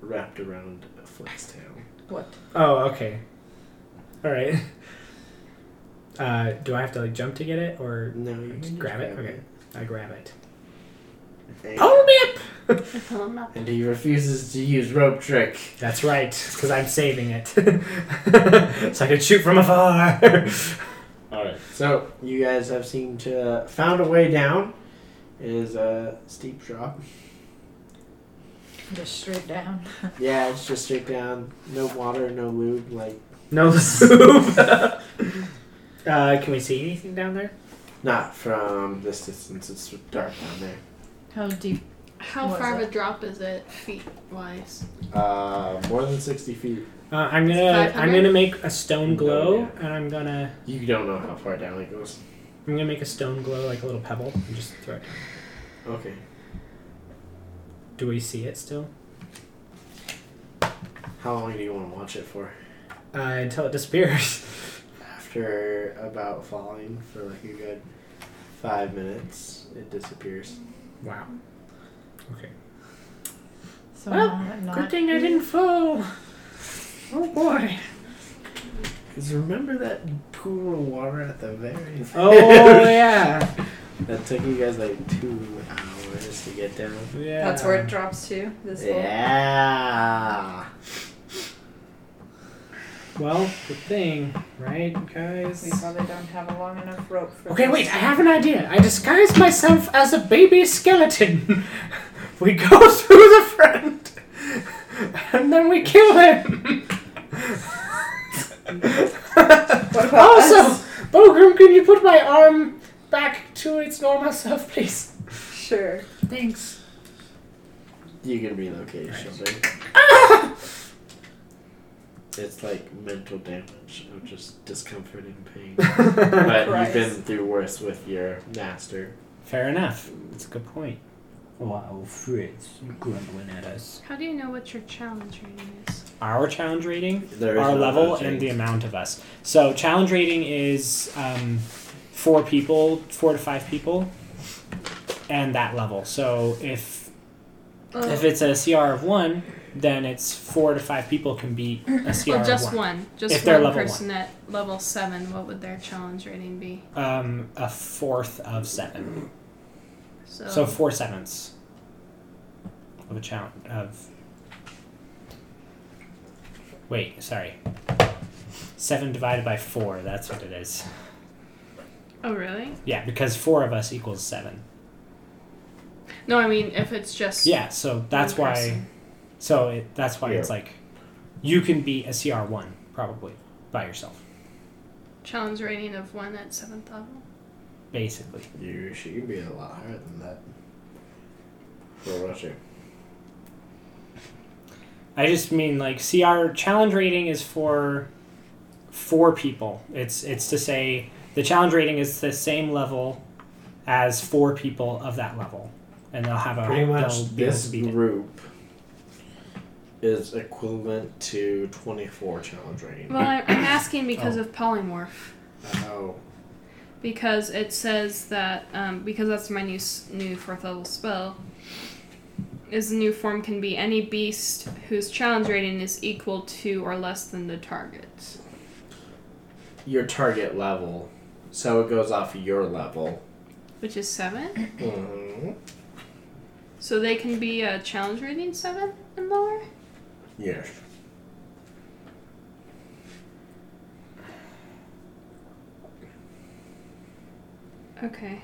S1: wrapped around Flick's tail.
S3: What?
S2: Oh, okay. All right. Uh, do I have to like jump to get it, or
S1: No, you
S2: Just
S1: can
S2: grab
S1: just
S2: it? Okay. Oh! I grab it?
S1: And-
S2: Hold me up.
S4: I pull him up.
S1: And he refuses to use rope trick.
S2: That's right, because I'm saving it, so I can shoot from afar.
S1: All right. So you guys have seemed to found a way down. It is a steep drop.
S3: Just straight down.
S1: Yeah, it's just straight down. No water, no lube. Like
S2: no soup. uh, can we see anything down there?
S1: not from this distance. It's dark down there.
S3: How deep?
S4: How
S3: What
S4: far
S3: is
S4: of a drop is it feet wise?
S1: Uh, more than sixty feet.
S2: Uh, I'm gonna I'm
S4: 500?
S2: gonna make a stone
S1: No
S2: glow,
S1: idea.
S2: and I'm gonna
S1: You don't know how far down it goes.
S2: I'm gonna make a stone glow like a little pebble and just throw it. Down.
S1: Okay.
S2: Do we see it still?
S1: How long do you want to watch it for?
S2: Uh, until it disappears.
S1: After about falling for like a good five minutes, it disappears.
S2: wow. Okay.
S3: So
S2: Well,
S3: not, not
S2: Good thing I didn't fall. Oh boy.
S1: Cause remember that pool of water at the very.
S2: Oh yeah.
S1: That took you guys like two hours to get down.
S2: Yeah.
S3: That's where it drops to. This yeah.
S1: Yeah.
S2: Well, good thing, right,
S3: We
S2: guys?
S3: probably don't have a long enough rope for.
S2: Okay,
S3: this.
S2: wait. I have an idea. I disguise myself as a baby skeleton. we go through the front, and then we kill him.
S3: What about
S2: also,
S3: us?
S2: Bogram, can you put my arm back to its normal self, please?
S3: Sure.
S2: Thanks.
S1: You can relocate your shoulder. It's like mental damage of just discomfort and pain. but you've
S3: Christ.
S1: been through worse with your master.
S2: Fair enough. That's a good point. Wow, Fritz, grumbling at us.
S4: How do you know what your challenge rating is?
S2: Our challenge rating,
S1: There is
S2: our
S1: no
S2: level,
S1: other
S2: and the
S1: change.
S2: amount of us. So challenge rating is um, four people, four to five people, and that level. So if
S4: Oh,
S3: Oh.
S2: if it's a CR of one, then it's four to five people can beat a CR
S4: Well, just
S2: of one.
S4: one. Just
S2: If they're
S4: one
S2: level
S4: person at level seven. What would their challenge rating be?
S2: Um, a fourth of seven.
S4: So,
S2: So four sevenths of a challenge of. Wait, sorry. Seven divided by four. That's what it is.
S4: oh really?
S2: Yeah, because four of us equals seven.
S4: No, I mean if it's just
S2: Yeah, so that's
S4: one
S2: why.
S4: person.
S2: So it, that's why it's
S1: Yeah.
S2: like, you can beat a CR one probably by yourself,
S4: challenge rating of one at seventh level.
S2: basically.
S1: You should be a lot higher than that. For Russia.
S2: I just mean like CR challenge rating is for four people. It's it's to say the challenge rating is the same level as four people of that level, and they'll have a
S1: Pretty much
S2: they'll be able
S1: this
S2: to beat it.
S1: group is equivalent to 24 challenge rating.
S4: Well, I, I'm asking because of polymorph.
S1: Oh.
S4: because it says that um, because that's my new s- new fourth level spell. Is the new form can be any beast whose challenge rating is equal to or less than the target.
S1: Your target level. So it goes off your level.
S4: Which is seven?
S1: Mm-hmm.
S4: So they can be a challenge rating seven and lower.
S1: Yeah.
S4: Okay.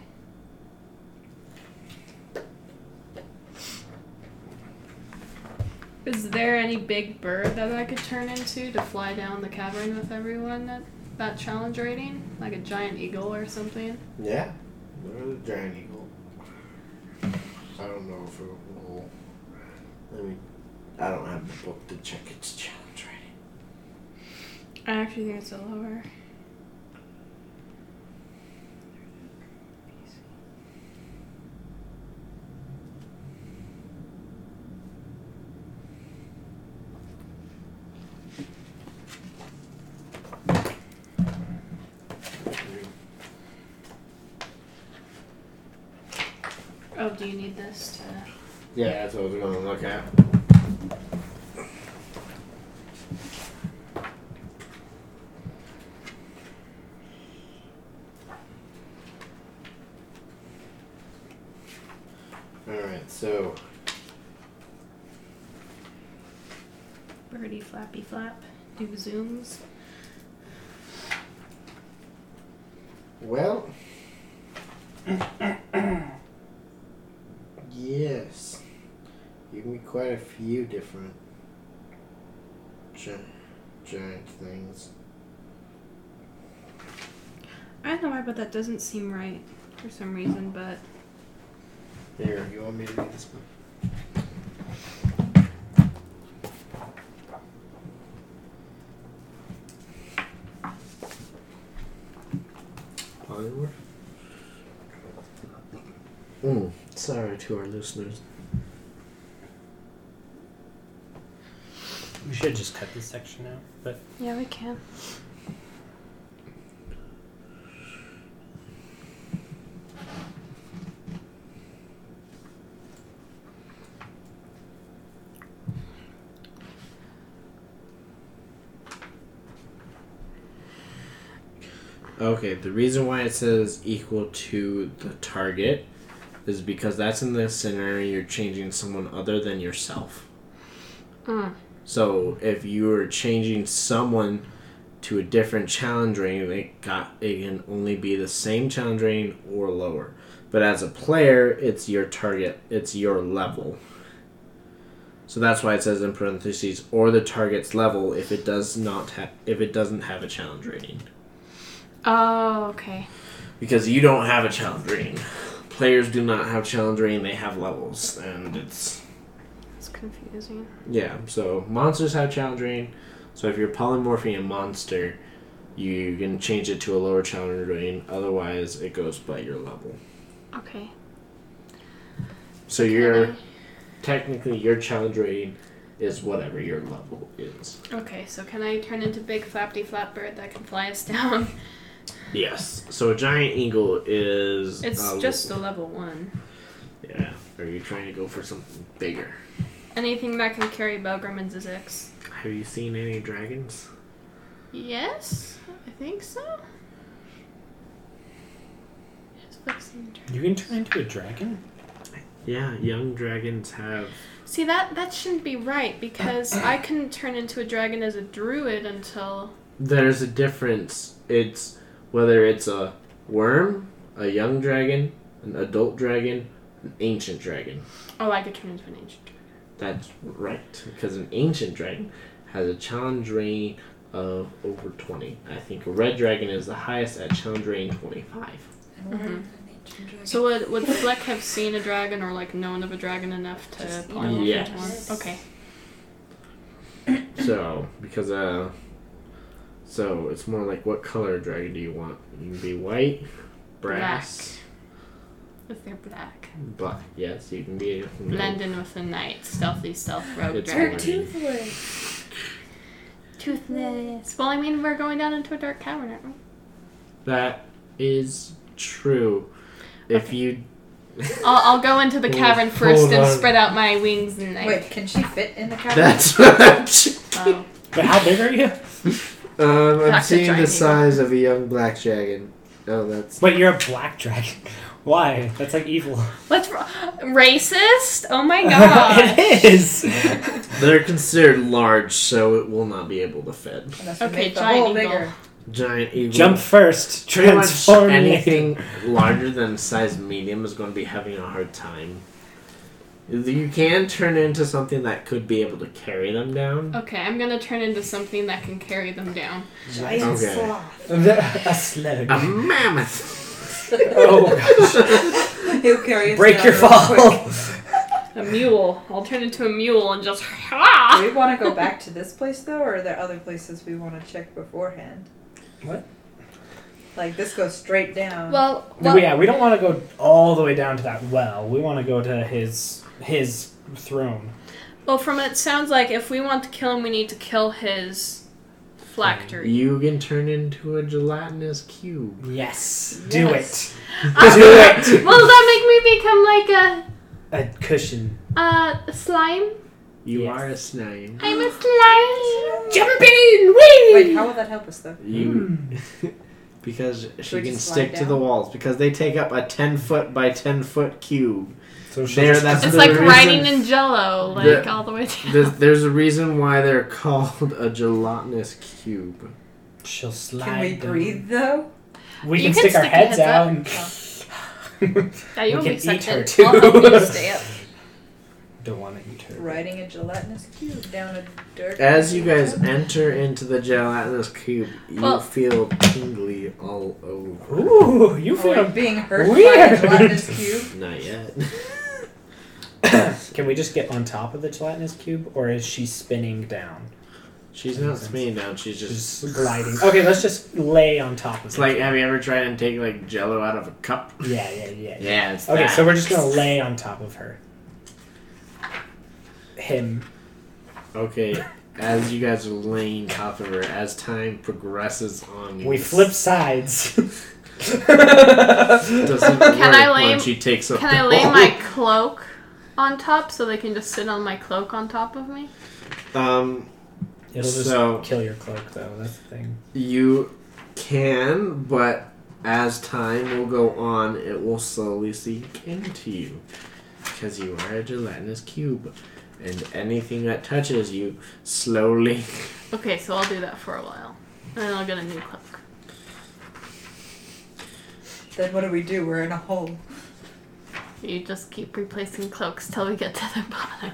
S4: Is there any big bird that I could turn into to fly down the cavern with everyone at that challenge rating? Like a giant eagle or something?
S6: Yeah. Lure the giant eagle. I don't know if it will. Let me. I don't have the book to check its challenge rating.
S4: I actually think it's a lower. Oh, do you need this to.
S6: Yeah, that's what I was gonna look at. Alright, so
S4: Birdie flappy flap? Do zooms?
S6: Well. yes. You can be quite a few different gi- giant things.
S4: I don't know why, but that doesn't seem right for some reason, but.
S6: Here, you want me to read this one?
S1: Polymorph?
S6: Hmm,
S1: Mm, sorry to our listeners.
S2: We should just cut this section out. But
S4: Yeah, we can.
S1: Okay, the reason why it says equal to the target is because that's in the scenario you're changing someone other than yourself.
S4: Mm.
S1: So if you were changing someone to a different challenge rating, it got it can only be the same challenge rating or lower. But as a player, it's your target, it's your level. So that's why it says in parentheses or the target's level if it does not have if it doesn't have a challenge rating.
S4: Oh, okay.
S1: Because you don't have a challenge rating. Players do not have challenge rating, they have levels and it's
S4: It's confusing.
S1: Yeah, so monsters have challenge rating. So if you're polymorphing a monster, you can change it to a lower challenge rating. Otherwise, it goes by your level.
S4: Okay.
S1: So your technically your challenge rating is whatever your level is.
S4: Okay, so can I turn into big flappy flap bird that can fly us down?
S1: Yes. So a giant eagle is.
S4: It's
S1: uh,
S4: just a level one.
S1: Yeah. Are you trying to go for something bigger?
S4: Anything that can carry Belgrim and Zizix.
S1: Have you seen any dragons?
S4: Yes, I think so. Just fixing the
S2: you can turn into a dragon.
S1: Yeah, young dragons have.
S4: See that that shouldn't be right because I couldn't turn into a dragon as a druid until
S1: there's a difference. It's whether it's a worm, a young dragon, an adult dragon, an ancient dragon.
S4: oh I could turn into an ancient.
S1: That's right, because an ancient dragon has a challenge rating of over 20. I think a red dragon is the highest at challenge rating 25.
S4: So would would Fleck have seen a dragon or like known of a dragon enough to
S3: Just
S4: polymorph into
S1: yes.
S4: one? Okay.
S1: So, because, uh, so it's more like what color dragon do you want? You can be white, brass,
S4: If they're black.
S1: black. Yes, you can be a
S4: Blend in with the night, stealthy stealth rogue
S1: It's
S4: dragon.
S1: fine.
S3: toothless.
S4: Toothless. Well I mean we're going down into a dark cavern, aren't we?
S1: That is true. If
S4: Okay.
S1: you
S4: I'll, I'll go into the
S1: Hold-
S4: cavern first
S1: hold
S4: and
S1: on.
S4: spread out my wings and like
S3: Wait, can she fit in the cavern?
S1: that's what I'm ch-
S4: oh.
S2: But how big are you?
S1: um, I'm
S4: That's a
S1: seeing
S4: giant
S1: the
S4: eagle.
S1: size of a young black dragon. Oh, that's
S2: But you're a black dragon. Why? That's like evil.
S4: What's wrong? Racist? Oh my god.
S2: it is.
S1: They're considered large, so it will not be able to fit.
S3: Unless we
S4: Okay,
S3: make the
S4: giant
S3: hole
S4: eagle.
S3: bigger.
S1: Giant eagle.
S2: Jump first.
S1: Pretty much
S2: Transform
S1: anything larger than size medium is going to be having a hard time. You can turn into something that could be able to carry them down.
S4: okay, I'm gonna turn into something that can carry them down.
S3: Giant
S1: Okay.
S3: sloth.
S2: A slug.
S1: A mammoth.
S2: Oh,
S3: He'll carry us
S2: break
S3: down
S2: your
S3: real quick.
S2: fall.
S4: A mule. I'll turn into a mule and just ha.
S3: Do we want to go back to this place though, or are there other places we want to check beforehand?
S2: What?
S3: Like this goes straight down.
S4: Well,
S2: No,
S4: well
S2: yeah, we don't want to go all the way down to that well. We want to go to his his throne.
S4: Well, from it sounds like if we want to kill him, we need to kill his
S1: Uh,
S4: phylactery.
S1: You can turn into a gelatinous cube.
S2: Yes, do
S3: Yes.
S4: Ah,
S1: Ah.
S2: it. Do it.
S4: Will that make me become like
S2: A cushion.
S4: a uh slime?
S1: You
S2: Yes.
S1: are a slime.
S4: I'm a slime.
S2: Jumping.
S3: Wait, how will that help us though?
S1: You. because she
S3: we
S1: can
S3: just
S1: stick
S3: slide
S1: to the
S3: down?
S1: walls, because they take up a 10 foot by 10 foot cube.
S2: So she'll
S1: There,
S2: just-
S1: that's
S4: It's
S1: the
S4: like
S1: reason-
S4: riding in Jello, like
S1: The-
S4: all the way down.
S1: There's, there's a reason why they're called a gelatinous cube.
S2: she'll slide.
S3: Can we
S2: down.
S3: breathe though?
S2: We
S4: You
S2: can,
S4: can
S2: stick our
S4: stick your
S2: heads
S4: heads
S2: out.
S4: up.
S2: And
S4: yeah, you
S2: we
S4: won't
S2: can
S4: be sucked
S2: eat her
S4: in.
S2: too.
S4: I'll help you stay up.
S2: Don't want to eat her.
S3: Riding a gelatinous cube down a dirt.
S1: As you guys enter into the gelatinous cube, you
S4: Well-
S1: feel tingly all over.
S2: Ooh, you
S3: Are we
S2: feel.
S3: being hurt by
S2: weird.
S3: a gelatinous cube?
S1: Not yet.
S2: Can we just get on top of the gelatinous cube, or is she spinning down?
S1: She's not spinning down. She's just.
S2: Just gliding. Okay, let's just lay on top of
S1: It's
S2: it.
S1: like, have you ever tried and take like Jello out of a cup?
S2: yeah, yeah, yeah. yeah.
S1: Yeah, it's
S2: Okay,
S1: that.
S2: so we're just gonna lay on top of her. Him.
S1: Okay, as you guys are laying top of her, as time progresses on,
S2: We
S1: this
S2: flip sides.
S1: Doesn't
S4: Can I
S1: work
S4: lay-
S1: when she takes up
S4: Can I
S1: the
S4: lay
S1: wall.
S4: my
S2: Oh.
S4: cloak on top so they can just sit on my cloak on top of me?
S1: Um,
S2: It'll just
S1: So-
S2: kill your cloak, though. That's the thing.
S1: you can, but as time will go on, it will slowly sink into you because you are a gelatinous cube, and anything that touches you slowly.
S4: Okay, so I'll do that for a while. And then I'll get a new cloak.
S3: Then what do we do? We're in a hole.
S4: You just keep replacing cloaks till we get to the bottom.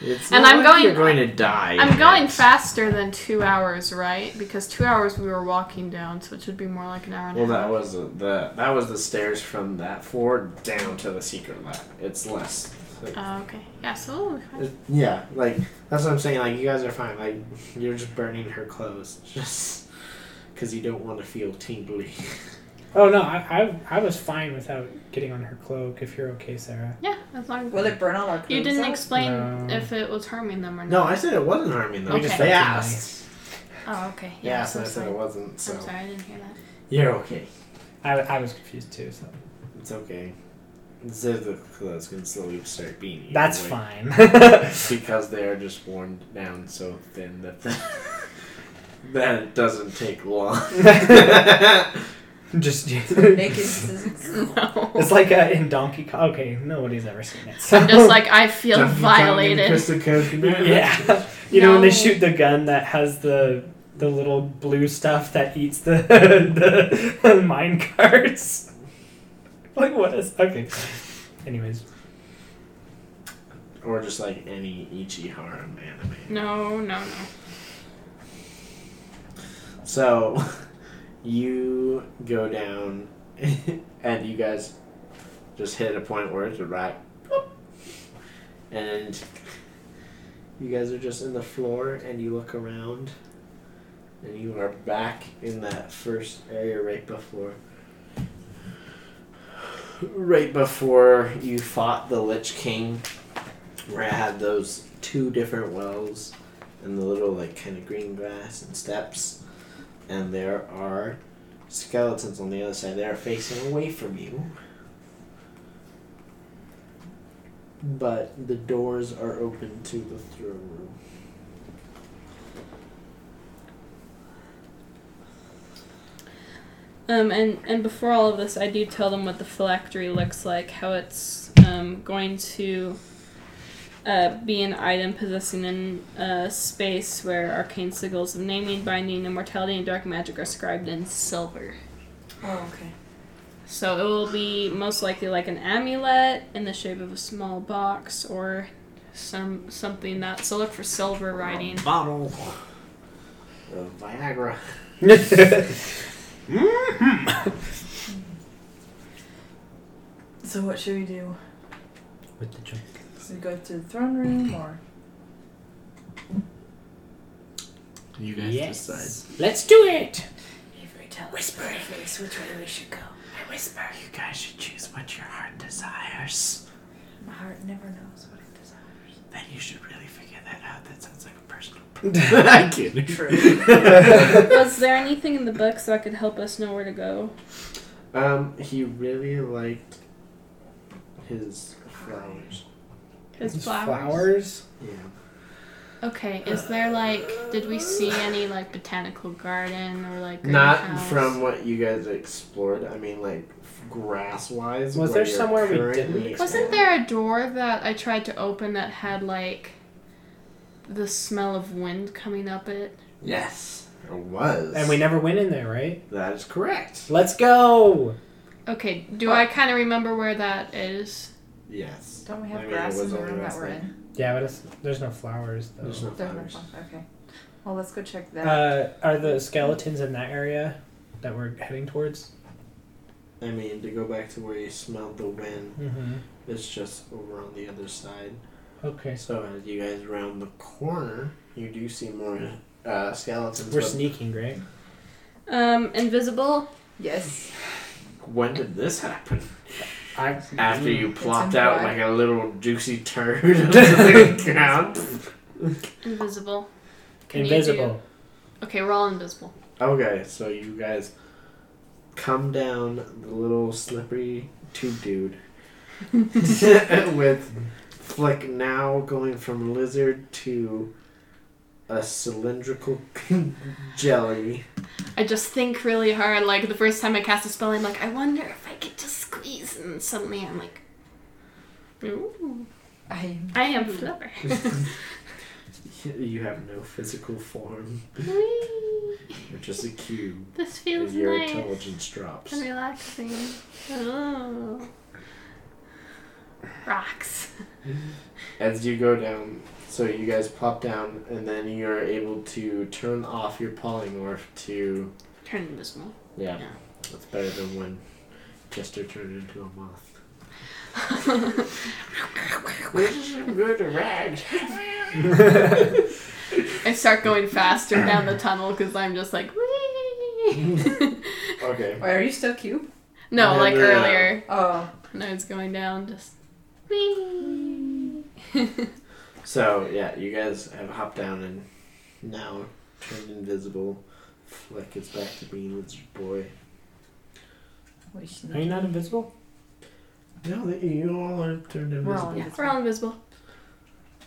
S1: It's
S4: And
S1: not
S4: I'm
S1: like
S4: going-
S1: You're going to die.
S4: I'm going
S1: Max.
S4: faster than two hours, right? Because two hours we were walking down, so it should be more like an hour and
S1: Well,
S4: a
S1: that
S4: half.
S1: was the that was the stairs from that floor down to the secret lab. It's less.
S4: Oh, okay. Yeah, so we'll be fine.
S1: It- yeah, like that's what I'm saying. Like you guys are fine. Like you're just burning her clothes, just because you don't want to feel tingly.
S2: Oh no, I, I I was fine without getting on her cloak. If you're okay, Sarah.
S4: yeah, as long as
S3: Will it burn all our clothes?
S4: you didn't
S3: out?
S4: explain
S2: No.
S4: if it was harming them or
S1: No,
S4: not.
S1: I said it wasn't harming them.
S4: We just
S1: They
S2: felt
S1: asked.
S4: Oh, okay.
S1: They asked,
S4: so
S1: and I
S4: I'm,
S1: said
S4: sorry.
S1: it wasn't. So
S4: I'm sorry, I didn't hear that.
S1: you're okay.
S2: I, I was confused too. So
S1: It's okay. So the clothes can slowly start being. eaten
S2: that's
S1: away
S2: fine.
S1: Because they are just worn down so thin that the, that it doesn't take long.
S2: Just
S3: Naked scissors.
S4: No.
S2: it's like uh, in Donkey Kong. Okay, nobody's ever seen it. So.
S4: I'm just like, I feel
S1: Donkey Kong and
S4: violated.
S1: Crystal Code Command.
S2: yeah, you know when they
S4: No.
S2: shoot the gun that has the the little blue stuff that eats the the, the mine carts. Like what is okay? Anyways,
S1: Or just like any Ichihara anime.
S4: No, no, no.
S1: So you go down and you guys just hit a point where it's a right boop, and you guys are just in the floor and you look around and you are back in that first area right before right before you fought the Lich King where I had those two different wells and the little like kind of green grass and steps and there are skeletons on the other side. They are facing away from you. But the doors are open to the throne room.
S4: Um, and, and before all of this, I do tell them what the phylactery looks like, how it's um, going to uh, be an item possessing an uh, space where arcane sigils of naming, binding, immortality, and dark magic are scribed in silver.
S3: Oh, okay.
S4: So it will be most likely like an amulet in the shape of a small box or some something that. So look for silver writing.
S1: Bottle of Viagra.
S3: So what should we do?
S7: With the drink.
S3: Should we go to the throne room or?
S7: You guys
S2: Yes.
S7: decide.
S2: Let's do it.
S3: Avery, tell Whisper us face which way we should go. I whisper.
S7: You guys should choose what your heart desires.
S3: My heart never knows what it desires.
S7: Then you should really figure that out. That sounds like a personal. I kidding.
S4: Was there anything in the books that could help us know where to go?
S1: Um, he really liked his flowers.
S4: His
S2: These
S4: flowers.
S2: flowers.
S1: Yeah.
S4: Okay, is there like, did we see any like botanical garden or like
S1: Not
S4: greenhouse?
S1: from what you guys explored. I mean, like grass wise.
S2: Was there somewhere we didn't
S4: Wasn't there a door that I tried to open that had like the smell of wind coming up it?
S1: Yes, there was.
S2: And we never went in there, right?
S1: That is correct.
S2: Let's go.
S4: Okay, do I kind of remember where that is?
S1: Yes.
S3: Don't we have
S1: I mean, it
S3: grass in
S1: was
S3: the
S1: only
S3: room that
S1: last
S3: we're
S1: night.
S3: in?
S2: Yeah, but it's, there's no flowers though.
S1: There's no
S3: There's no
S1: flowers.
S3: fun- Okay. Well, let's go check that.
S2: Uh, are the skeletons in that area that we're heading towards?
S1: I mean, to go back to where you smelled the wind,
S2: Mm-hmm.
S1: it's just over on the other side.
S2: Okay. So
S1: So as you guys round the corner, you do see more uh, skeletons.
S2: we're
S1: but
S2: sneaking, right?
S4: Um, invisible.
S3: yes.
S1: when did this happen?
S2: I
S1: After you plopped
S3: in
S1: out
S3: black.
S1: like a little juicy turd onto the ground.
S4: Invisible. Can you do-
S2: invisible.
S4: Okay, we're all invisible.
S1: Okay, so you guys come down the little slippery tube dude with like now going from lizard to a cylindrical jelly.
S4: I just think really hard. Like the first time I cast a spell, I'm like, I wonder if I could just squeeze, and suddenly I'm like, ooh,
S3: I am.
S4: I am flipper.
S1: You have no physical form.
S4: Whee!
S1: You're just a cube.
S4: this
S1: And
S4: feels
S1: your
S4: nice
S1: intelligence drops.
S4: and relaxing. Oh. Rocks.
S1: As you go down, so you guys plop down, and then you're able to turn off your polymorph to
S4: Turn invisible.
S1: Yeah.
S4: Yeah.
S1: That's better than when Chester turned into a moth. Good rags.
S4: I start going faster down the tunnel because I'm just like, whee!
S1: Okay.
S3: Wait, are you still cube?
S4: no,
S1: Yeah,
S4: like
S1: no, no, no.
S4: earlier.
S3: Oh.
S4: And I was going down just, whee!
S1: So yeah, you guys have hopped down and now turned invisible. Flick is back to being Lizard Boy.
S3: We should
S2: Are you not invisible?
S1: No, that you all are turned
S3: We're all
S1: invisible.
S3: invisible.
S4: We're all invisible.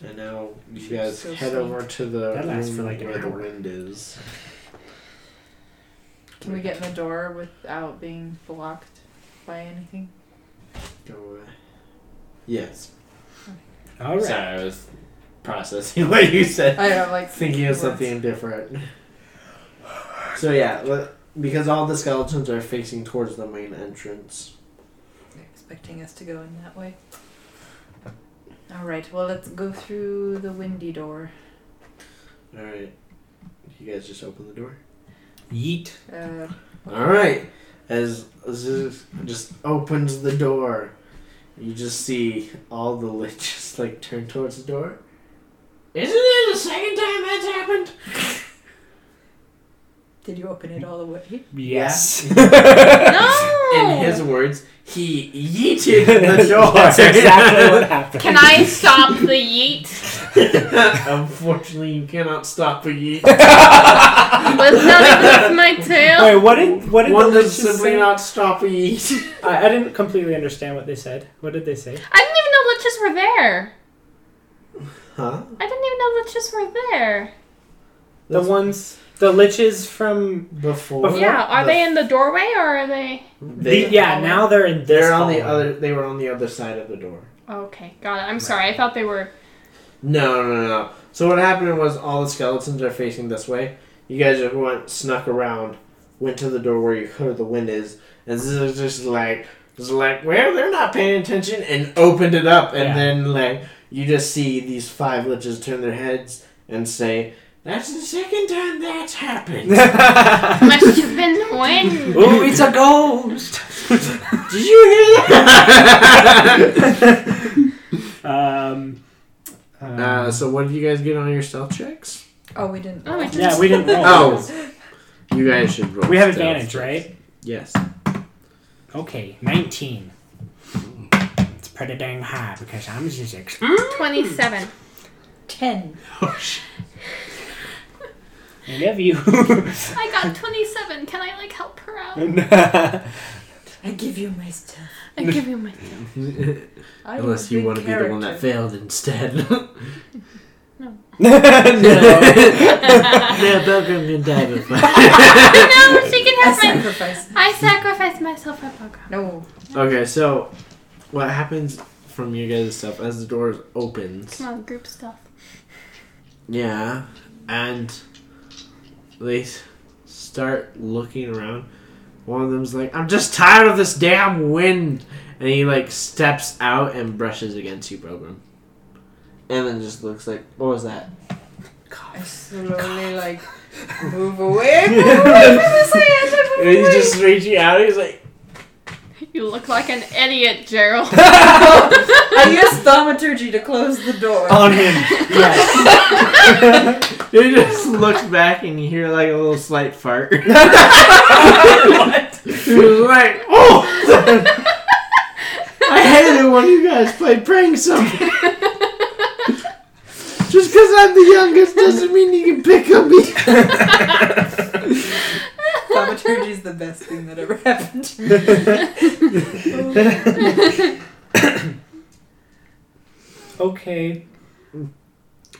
S1: And now you
S3: She's
S1: guys
S3: so
S1: head
S3: sweet.
S1: over to the
S2: That lasts
S1: room
S2: for like an
S1: where the
S2: hour.
S1: wind is.
S3: Can we get in the door without being blocked by anything?
S1: Go away. Yes.
S2: All right.
S1: Sorry, I was processing what you said.
S3: I don't like
S1: thinking of
S3: words.
S1: something different. So yeah, le- because all the skeletons are facing towards the main entrance.
S3: They're expecting us to go in that way. All right. Well, let's go through the windy door.
S1: All right, you guys just open the door.
S2: Yeet.
S3: Uh,
S1: All right, as Aziz just opens the door, you just see all the lich just like turn towards the door. Isn't it the second time that's happened?
S3: did you open it all the way?
S2: Yes.
S4: No!
S1: In his words, he yeeted the door.
S2: That's exactly what happened.
S4: Can I stop the yeet?
S1: Unfortunately, you cannot stop a yeet.
S4: Let's not even with my tail.
S2: Wait, what did what did
S1: One
S2: the
S1: that's
S2: liches
S1: simply
S2: say?
S1: not stop a yeet.
S2: I, I didn't completely understand what they said. What did they say?
S4: I didn't even know liches were there.
S1: Huh?
S4: I didn't even know liches were there.
S2: The
S1: That's
S2: ones, the liches from.
S1: before.
S2: Before-
S4: Yeah, are they in the doorway or are they?
S1: They,
S2: the, yeah, now they're in. This
S1: They're on the
S2: hallway.
S1: other. They were on the other side of the door.
S4: Okay, got it. I'm sorry. I thought they were.
S1: No, no, no, no. So what happened was all the skeletons are facing this way. You guys just went snuck around, went to the door where you heard the wind is, and this is just like, just like, well, they're not paying attention, and opened it up, and
S2: Yeah.
S1: then like you just see these five liches turn their heads and say, "That's the second time that's happened."
S4: Must have been the wind.
S8: Ooh, it's a ghost!
S1: Did you hear that?
S2: um, um,
S1: uh, so what did you guys get on your stealth checks?
S3: Oh, we didn't.
S4: Oh, we did.
S2: yeah, we didn't roll.
S1: Oh, you guys should roll.
S2: We have
S1: stealth
S2: advantage,
S1: checks.
S2: right?
S8: Yes.
S2: Okay, 19. It's pretty dang high because I'm just ex-
S1: Hmm?
S4: Twenty-seven.
S3: Ten.
S2: I love you.
S4: I got twenty-seven. Can I like help her out?
S3: I give you my stuff.
S4: I give you my.
S3: I
S8: Unless you want to be the one that failed instead. They're welcome in
S4: no, she can
S3: I
S4: have my.
S3: sacrifice.
S4: I sacrificed myself for Bogra.
S3: No.
S1: Okay, so what happens from you guys' stuff as the door opens?
S4: Come on, group stuff.
S1: Yeah, and they s- start looking around. One of them's like, "I'm just tired of this damn wind," and he like steps out and brushes against you, Program, and then just looks like, "What was that?"
S3: I slowly like move away. Move away from this hand. I move
S1: And he's
S3: away.
S1: just reaching out. He's like,
S4: You look like an idiot, Gerald.
S3: I use thaumaturgy to close the door.
S8: Oh,
S2: On him. Yes.
S1: he just looks back and you hear like a little slight fart.
S2: what?
S1: He was like, "Oh." I hated when you guys played prank something. Just because I'm the youngest doesn't mean you can pick e- on me.
S3: Thaumaturgy is the best thing that ever happened to me.
S2: Okay.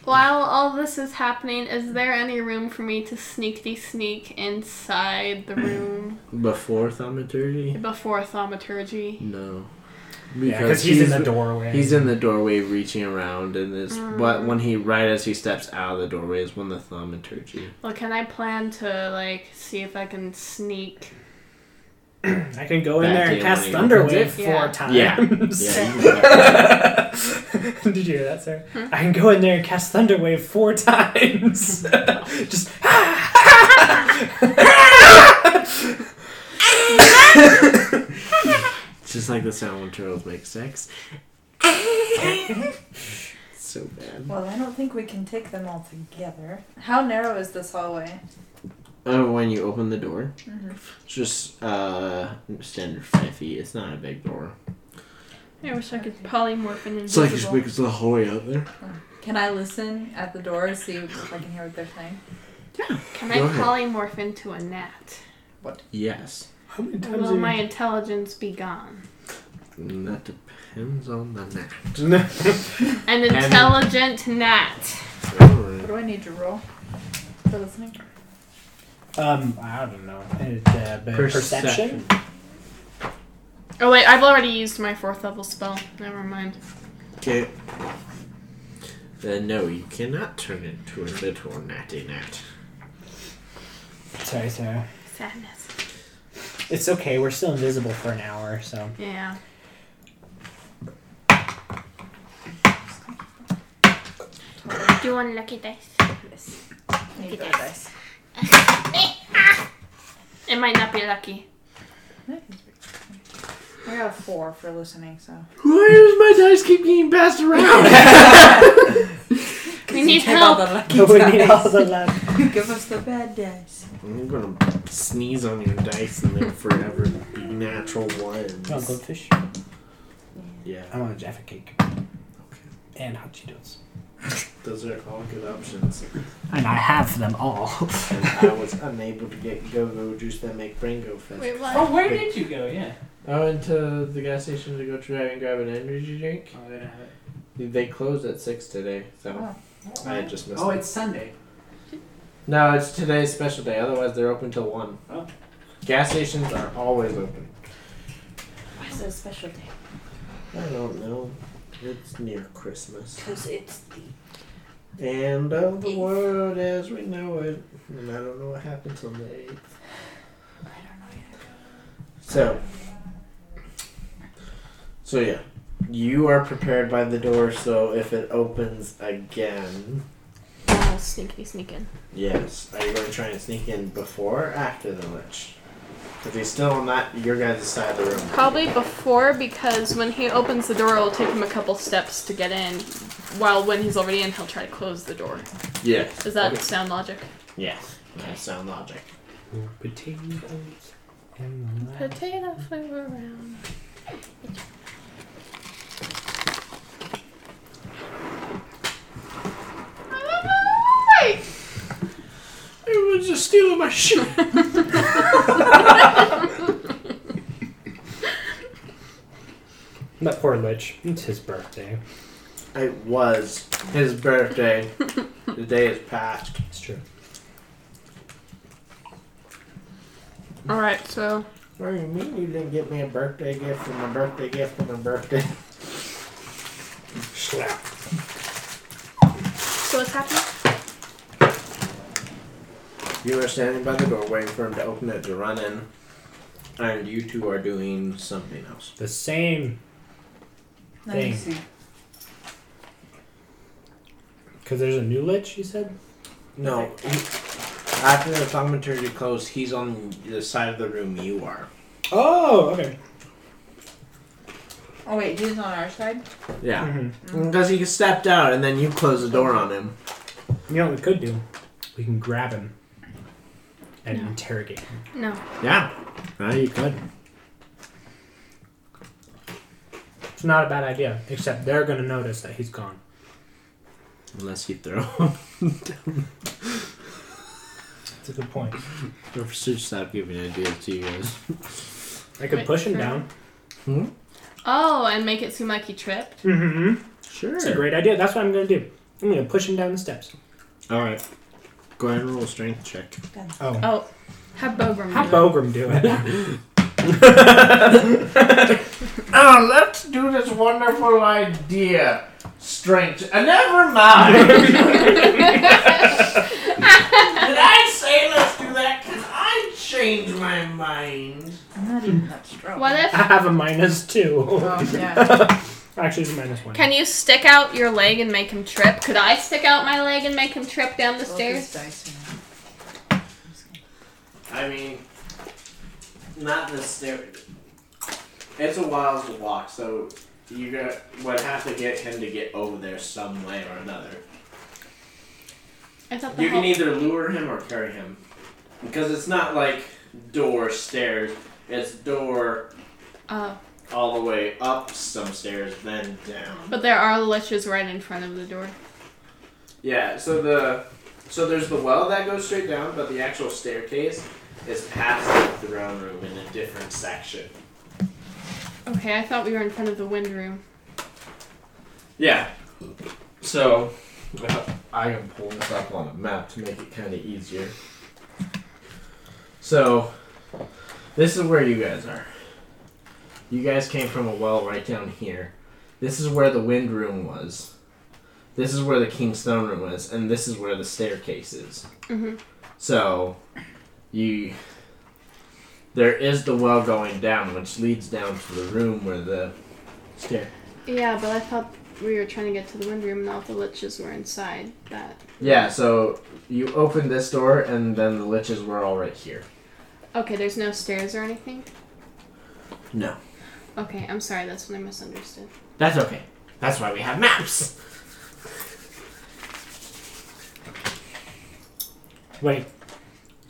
S4: While all this is happening, is there any room for me to sneakity sneak inside the room
S1: Before thaumaturgy?
S4: before thaumaturgy?
S1: No.
S2: Because he's, in the doorway.
S1: He's in the doorway reaching around, and it's
S4: Mm.
S1: but when he right as he steps out of the doorway is when the thaumaturgy.
S4: Well, can I plan to like see if I can sneak?
S2: I can go
S1: Back
S2: in there
S1: in
S2: and cast
S1: when he
S2: Thunder
S1: opens
S2: Wave
S4: it.
S2: four
S4: Yeah.
S2: times.
S1: Yeah. Yeah, you can
S2: Did you hear that, sir?
S4: Hmm?
S2: I can go in there and cast Thunder Wave four times. Just.
S1: Just like the sound when turtles make sex. so bad.
S3: Well, I don't think we can take them all together. How narrow is this hallway?
S1: Oh, when you open the door,
S3: Mhm.
S1: it's just uh standard five feet. It's not a big door.
S4: I wish I could polymorph and
S1: It's like as
S4: invisible.
S1: big as the whole way out there.
S3: Can I listen at the door see if I can hear what they're saying?
S4: Can I
S1: Go ahead.
S4: polymorph into a gnat?
S1: Yes.
S2: How many times
S4: Will
S2: have
S4: my intelligence be gone?
S1: And that depends on the neck.
S2: you-
S4: An intelligent gnat.
S3: What do I need to roll for listening?
S2: Um, I don't know. It, uh, but perception.
S4: Oh wait, I've already used my fourth level spell. Never mind.
S1: Okay. Then no, you cannot turn into a little natty gnat.
S2: Sorry, Sarah.
S4: Sadness.
S2: It's okay. We're still invisible for an hour, so.
S4: Yeah. Do you want lucky dice?
S3: Yes. Need to go dice.
S4: It might not be lucky.
S3: I got a four for listening, so.
S1: Why does my dice keep getting passed around?
S4: We need
S3: Give all
S4: help.
S3: the lucky
S2: We need
S3: dice.
S2: all the luck.
S3: Give us the bad dice.
S1: I'm gonna sneeze on your dice and they'll forever be natural ones.
S2: I want goldfish.
S1: Yeah,
S2: I want a jaffa cake. And hot Cheetos.
S1: those are all good options.
S2: And I have them all.
S1: And I was unable to get go-go juice that make brain go fast.
S4: Wait, what?
S2: Oh, where did you go? Yeah.
S1: I went to the gas station to go try and grab an energy drink.
S2: Oh, they don't have it.
S1: They closed at six today, so
S3: Oh.
S1: I just missed.
S2: Oh,
S1: it.
S2: it's Sunday.
S1: No, it's today's special day. Otherwise, they're open till one.
S2: Oh.
S1: Gas stations are always open.
S3: Why is it a special day?
S1: I don't know. It's near Christmas,
S3: Because it's the.
S1: and of the world as we know it. And I don't know what happens on the eighth.
S3: I don't know yet.
S1: So. So yeah, you are prepared by the door. So if it opens again,
S4: Oh, sneaky sneaking.
S1: yes. Are you going to try and sneak in before or after the lich? Because he's still on that your guys' side of the room.
S4: Probably before because when he opens the door, it'll take him a couple steps to get in. While when he's already in, he'll try to close the door.
S1: Yes.
S4: Does that
S1: Okay.
S4: sound logic?
S1: Yes. That sound logic.
S2: Potatoes and the
S4: Potato flew around.
S1: Everyone's just stealing my shit.
S2: That poor lich. It's his birthday.
S1: It was his birthday. the day has passed.
S2: It's true.
S4: All right, so
S1: What do you mean you didn't get me a birthday gift and a birthday gift and a birthday?
S2: Slap.
S4: so what's happening?
S1: You are standing by the door waiting for him to open it to run in, and you two are doing something else.
S2: The same,
S3: Let me
S2: Thing.
S3: see.
S2: because there's a new lich. You said.
S1: No. he- after the thaumaturgy closed, he's on the side of the room you are.
S2: Oh, okay.
S3: Oh, wait, he's on our side?
S4: Ah.
S1: Yeah.
S2: Mhm.
S1: Because he stepped out and then you closed the door on him.
S2: You know what we could do? We can grab him and interrogate him.
S4: No.
S1: Yeah. Yeah, you could.
S2: It's not a bad idea, except they're gonna notice that he's gone.
S1: Unless you throw him.
S2: That's a good point.
S1: Professor stop giving ideas to you guys.
S2: I could
S4: Wait,
S2: push him
S4: sure.
S2: down.
S4: Oh, and make it seem like he tripped.
S2: Mm-hmm.
S1: Sure.
S2: It's a great idea. That's what I'm gonna do. I'm gonna push him down the steps.
S1: All right. Go ahead and roll a strength check.
S2: Oh.
S4: Oh, have Bogram.
S2: How
S4: do it.
S2: Bogram do it?
S1: Oh, let's do this wonderful idea. Strength. Uh, never mind. Did I say let's do that? Cause I changed my mind.
S3: I'm not even that strong.
S4: What
S2: I
S4: if?
S2: have a minus two.
S3: Oh, yeah.
S2: Actually, it's a minus one.
S4: Can you stick out your leg and make him trip? Could I stick out my leg and make him trip down the
S3: Roll this
S4: stairs?
S3: dice and- I'm just gonna-
S1: I mean, not the stair. It's a wild walk, so you got would have to get him to get over there some way or another.
S4: I thought the
S1: You
S4: whole-
S1: can either lure him or carry him. Because it's not like door stairs, it's door
S4: Oh,
S1: all the way up some stairs, then down.
S4: but there are liches right in front of the door.
S1: Yeah, so the so there's the well that goes straight down, but the actual staircase is past the throne room in a different section.
S4: Okay, I thought we were in front of the wind room.
S1: Yeah. So I am pulling this up on a map to make it kind of easier. So this is where you guys are. You guys came from a well right down here. This is where the wind room was. This is where the king's stone room was, and this is where the staircase is.
S4: Mhm.
S1: So you there is the well going down, which leads down to the room where the stair.
S4: Yeah, but I thought we were trying to get to the wind room and all the liches were inside that.
S1: Yeah, so you open this door, and then the liches were all right here.
S4: Okay, there's no stairs or anything?
S1: No.
S4: Okay, I'm sorry, that's what I misunderstood.
S1: That's okay. That's why we have maps.
S2: Wait.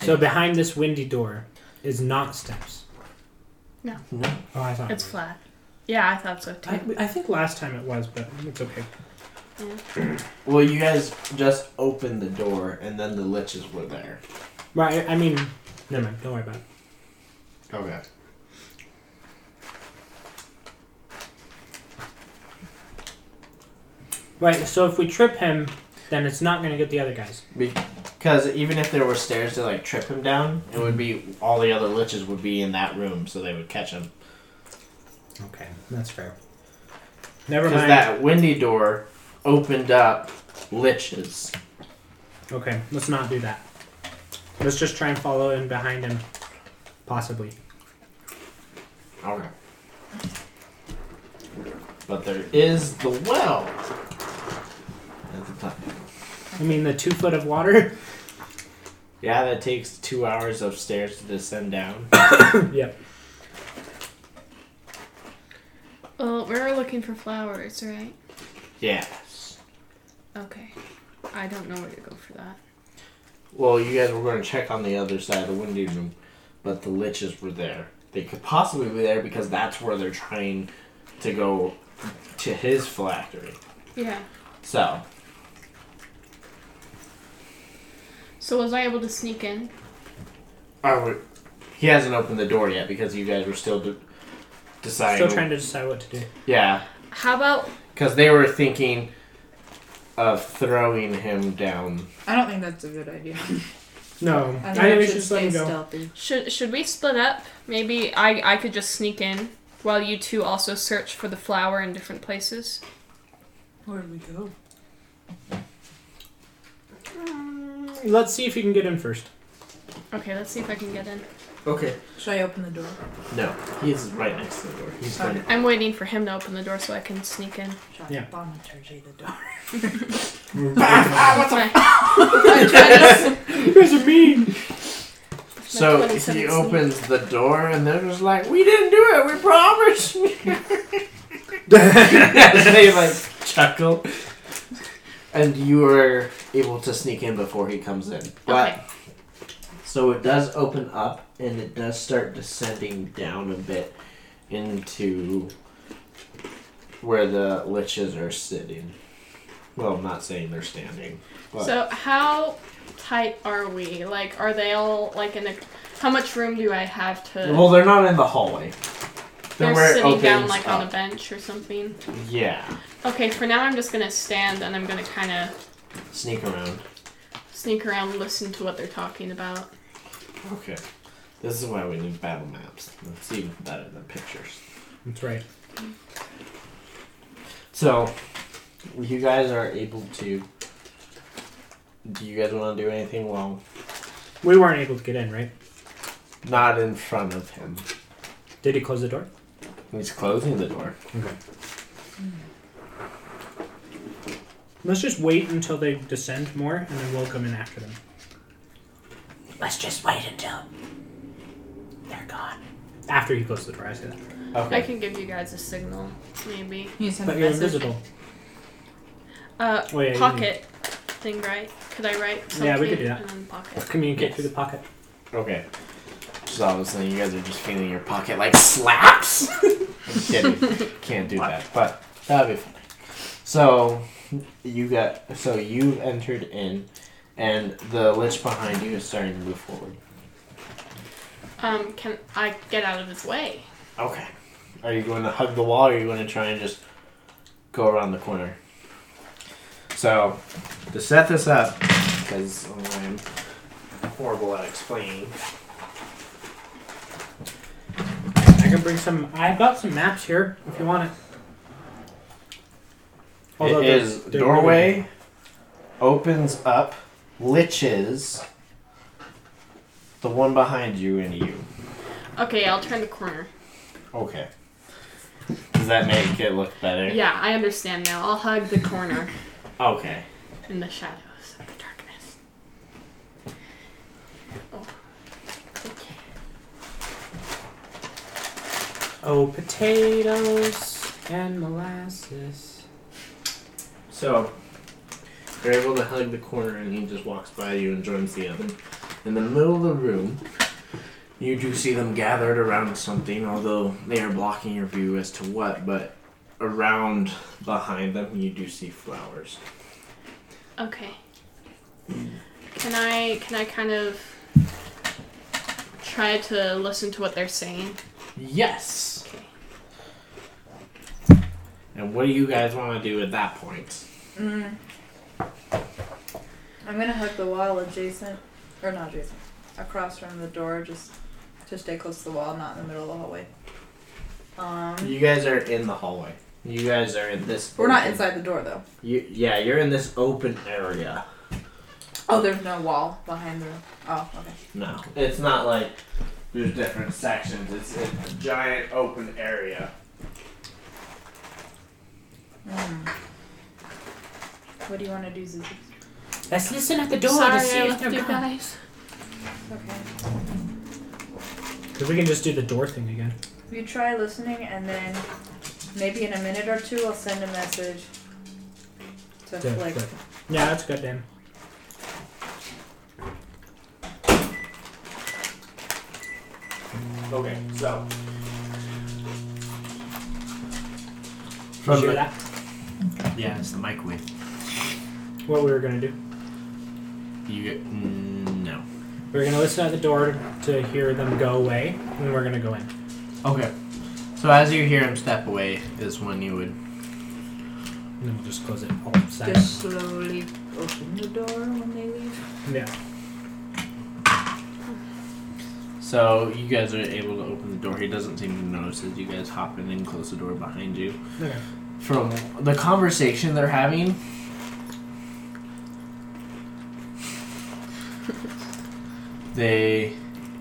S2: So behind this windy door is not steps.
S4: No.
S1: No.
S2: Oh, I thought.
S4: It's flat. Yeah, I thought so too.
S2: I, I think last time it was, but it's okay.
S1: Well, you guys just opened the door, and then the liches were there.
S2: Right. I mean, never mind. Don't worry about it.
S1: Okay.
S2: Right. So if we trip him, then it's not gonna get the other guys.
S1: Because even if there were stairs to like trip him down, it would be all the other liches would be in that room, so they would catch him.
S2: Okay, that's fair. Never
S1: Because
S2: mind.
S1: that windy door opened up liches.
S2: Okay, let's not do that. Let's just try and follow in behind him, possibly.
S1: Okay. But there is the well at the top.
S2: I mean, the two foot of water.
S1: Yeah, that takes two hours upstairs to descend down.
S2: yep.
S4: Well, we were looking for flowers, right?
S1: yes.
S4: Okay. I don't know where to go for that.
S1: Well, you guys were going to check on the other side of the windy room, but the liches were there. They could possibly be there because that's where they're trying to go to his phylactery.
S4: Yeah.
S1: So,
S4: So was I able to sneak in?
S1: I would. He hasn't opened the door yet because you guys were still de- deciding.
S2: Still trying to decide what to do.
S1: Yeah,
S4: How about
S1: Because they were thinking of throwing him down.
S3: I don't think that's a good idea.
S2: No,
S3: I
S2: I
S3: think,
S2: think
S3: we
S2: we
S3: should
S2: should just let
S3: stay
S2: him go.
S3: stealthy.
S4: should should we split up? Maybe I I could just sneak in while you two also search for the flower in different places.
S3: Where do we go?
S2: Let's see if you can get in first.
S4: Okay, let's see if I can get in.
S1: Okay.
S3: Should I open the door?
S1: No, he's right next to the door. He's
S3: Sorry.
S1: going
S4: I'm waiting for him to open the door so I can sneak in.
S3: Should I
S2: Yeah.
S3: thaumaturgy the door?
S4: That's my- my 20
S2: You guys are mean.
S4: my
S1: So
S4: 27
S1: he
S4: sneak.
S1: opens the door and they're just like, "We didn't do it. We promised." they like chuckle, and you are able to sneak in before he comes in. But
S4: Okay.
S1: so it does open up and it does start descending down a bit into where the liches are sitting. Well, I'm not saying they're standing. But
S4: So how tight are we? Like, are they all like in a? How much room do I have to?
S1: well, they're not in the hallway.
S4: uh, They're
S1: where it
S4: sitting down
S1: opens
S4: like on
S1: up.
S4: a bench or something.
S1: Yeah,
S4: Okay, for now I'm just gonna stand and I'm gonna kind of
S1: sneak around.
S4: sneak around, listen to what they're talking about.
S1: Okay. This is why we need battle maps. It's even better than pictures.
S2: That's right.
S1: So, you guys are able to. Do you guys want to do anything while
S2: We weren't able to get in, right?
S1: not in front of him?
S2: Did he close the door?
S1: He's closing the door.
S2: Okay. Hmm. Let's just wait until they descend more, and then we'll come in after them.
S9: Let's just wait until they're gone.
S2: After he closes the door, I say that.
S4: I
S1: Okay.
S4: can give you guys a signal, maybe.
S3: You send
S2: But you're invisible.
S4: Uh,
S2: Oh, yeah, you
S4: pocket thing, right? Could I write something?
S2: Yeah, we could do that.
S4: And then pocket.
S2: Communicate
S1: Yes.
S2: through the pocket.
S1: Okay. Just all of a sudden, you guys are just feeling your pocket like slaps. I'm kidding. Can't do that, but that'd be funny. So you got so you've entered in, and the lich behind you is starting to move forward.
S4: Um, can I get out of his way?
S1: Okay. Are you going to hug the wall or are you going to try and just go around the corner? So, to set this up, because I'm horrible at explaining.
S2: I can bring some. I've got some maps here if you want it. Although
S1: it
S2: they're-
S1: is
S2: they're
S1: doorway,
S2: moving.
S1: opens up, liches, the one behind you and you.
S4: Okay, I'll turn the corner.
S1: Okay. Does that make it look better?
S4: Yeah, I understand now. I'll hug the corner
S1: Okay.
S4: in the shadows of the darkness. Oh. Okay.
S2: Oh, potatoes and molasses.
S1: So you're able to hug the corner, and he just walks by you and joins the other. In the middle of the room, you do see them gathered around something, although they are blocking your view as to what. But around behind them, you do see flowers.
S4: Okay. Can I can I kind of try to listen to what they're saying?
S1: Yes.
S4: Okay.
S1: And what do you guys want to do at that point?
S3: Mm. Mm-hmm. I'm gonna hug the wall adjacent, or not adjacent, across from the door, just to stay close to the wall, not in the middle of the hallway. Um,
S6: You guys are in the hallway. You guys are in this.
S3: we're not
S6: open-
S3: inside the door though.
S6: You, yeah, you're in this open area.
S3: Oh, there's no wall behind the. Oh, okay.
S6: No, it's not like there's different sections. It's, it's a giant open area.
S3: Mm. What do you want to do, Zuzu?
S5: Let's listen at the door
S4: Sorry,
S5: to see
S4: I
S5: if
S4: left
S5: they're
S4: you
S5: gone.
S4: guys.
S3: Okay.
S2: Because we can just do the door thing again.
S3: You try listening, and then maybe in a minute or two, I'll send a message to
S2: Yeah,
S3: Flick.
S2: right. Yeah, that's good then.
S6: Okay, so
S2: You
S1: From
S2: hear
S1: the,
S2: that?
S1: yeah, it's the microwave.
S2: What we were gonna do?
S1: You get, mm, no.
S2: We were gonna listen at the door to hear them go away, and then we're gonna go in.
S1: Okay. So as you hear him step away is when you would.
S2: And then we'll just close it all upside.
S3: Just slowly open the door when they leave.
S2: Yeah.
S1: So you guys are able to open the door. He doesn't seem to notice as you guys hop in and close the door behind you.
S2: Okay.
S1: From the conversation they're having, they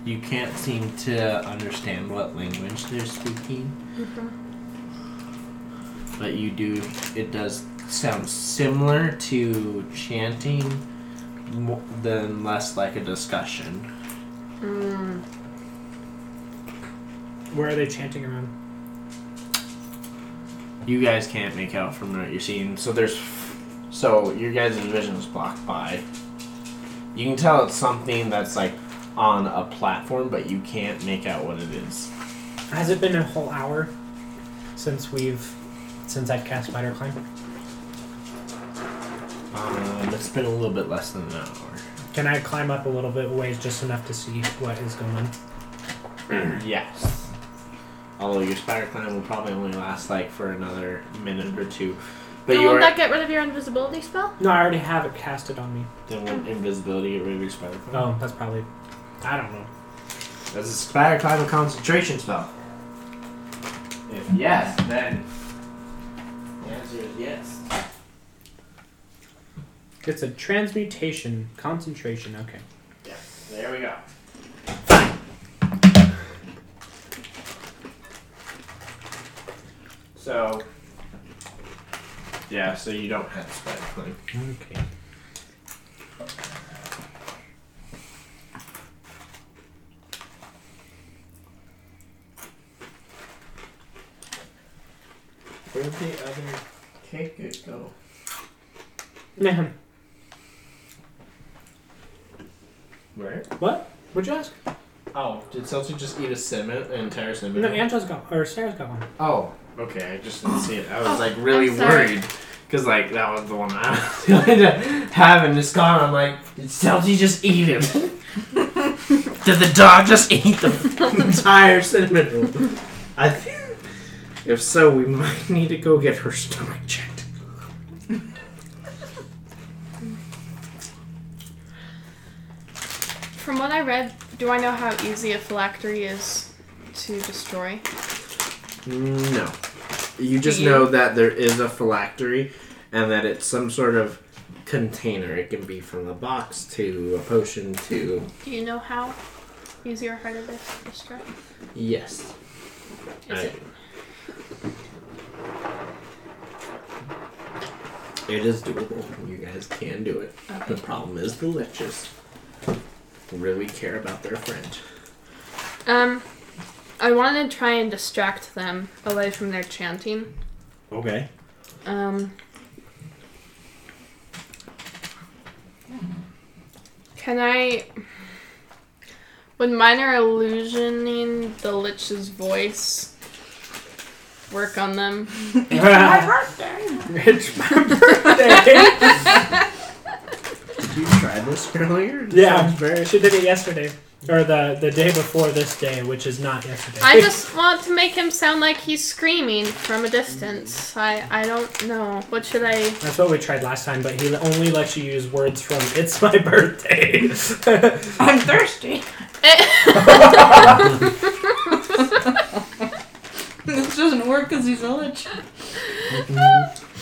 S1: you can't seem to understand what language they're speaking. But you do it does sound similar to chanting mo- than less like a discussion.
S4: Mm.
S2: Where are they chanting around?
S1: You guys can't make out from what you're seeing. So there's, so your guys' vision is blocked by. You can tell it's something that's like on a platform, but you can't make out what it is.
S2: Has it been a whole hour since we've since I've cast spider climb?
S1: Um, it's been a little bit less than an hour.
S2: Can I climb up a little bit ways just enough to see what is going on?
S1: yes. Although your spider climb will probably only last like for another minute or two. But
S4: And
S1: you
S4: won't
S1: are
S4: that get rid of your invisibility spell?
S2: No, I already have it casted on me.
S1: then when invisibility get rid of your spider climb.
S2: Oh, that's probably. I don't know.
S6: does the spider climb a concentration spell? If yes, then the answer is yes.
S2: It's a transmutation concentration. Okay.
S6: Yes. There we go. So yeah, so you don't have spider climb.
S2: Okay.
S6: Where'd the other cake it go?
S2: Nah.
S6: Where?
S2: What? Would you ask?
S6: Oh, did Celtic just eat a cinnamon, an entire cinnamon?
S2: No, Anto's got or Sarah's got one.
S6: Oh, okay. I just didn't see it. I was
S4: Oh,
S6: like really
S4: I'm sorry.
S6: worried because like that was the one I had to have, and it's gone. I'm like, did Celty just eat him? did the dog just eat the entire cinnamon? roll? I think if so, we might need to go get her stomach checked.
S4: From what I read, do I know how easy a phylactery is to destroy?
S6: No, you just
S4: you-
S6: know that there is a phylactery, and that it's some sort of container. It can be from a box to a potion to
S4: Do you know how easy or hard it is to destroy?
S6: yes.
S4: Is it?
S6: It is doable. You guys can do it. The problem is the liches really care about their friend.
S4: Um, I want to try and distract them away from their chanting.
S6: Okay.
S4: Um, can I? Would minor illusioning the lich's voice work on them?
S2: It's my birthday.
S6: Did you try this earlier? It
S2: Yeah.
S6: sounds very-
S2: she did it yesterday. or the the day before this day, which is not yesterday.
S4: I just want to make him sound like he's screaming from a distance. I I don't know. What should I?
S2: That's what we tried last time, but he only lets you use words from "It's my birthday."
S3: I'm thirsty. this doesn't work because he's a lich.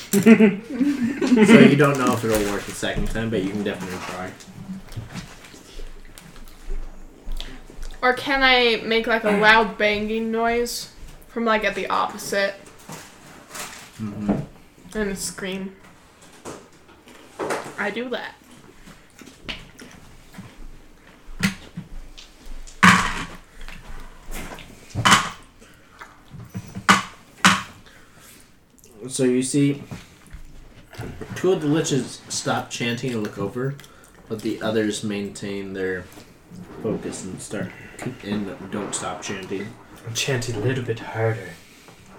S1: so you don't know if it'll work the second time, but you can definitely try.
S4: Or can I make like a loud banging noise from like at the opposite and scream? I do that.
S1: So you see, two of the liches stop chanting and look over, but the others maintain their focus and start and don't stop chanting.
S2: Chant a little bit harder.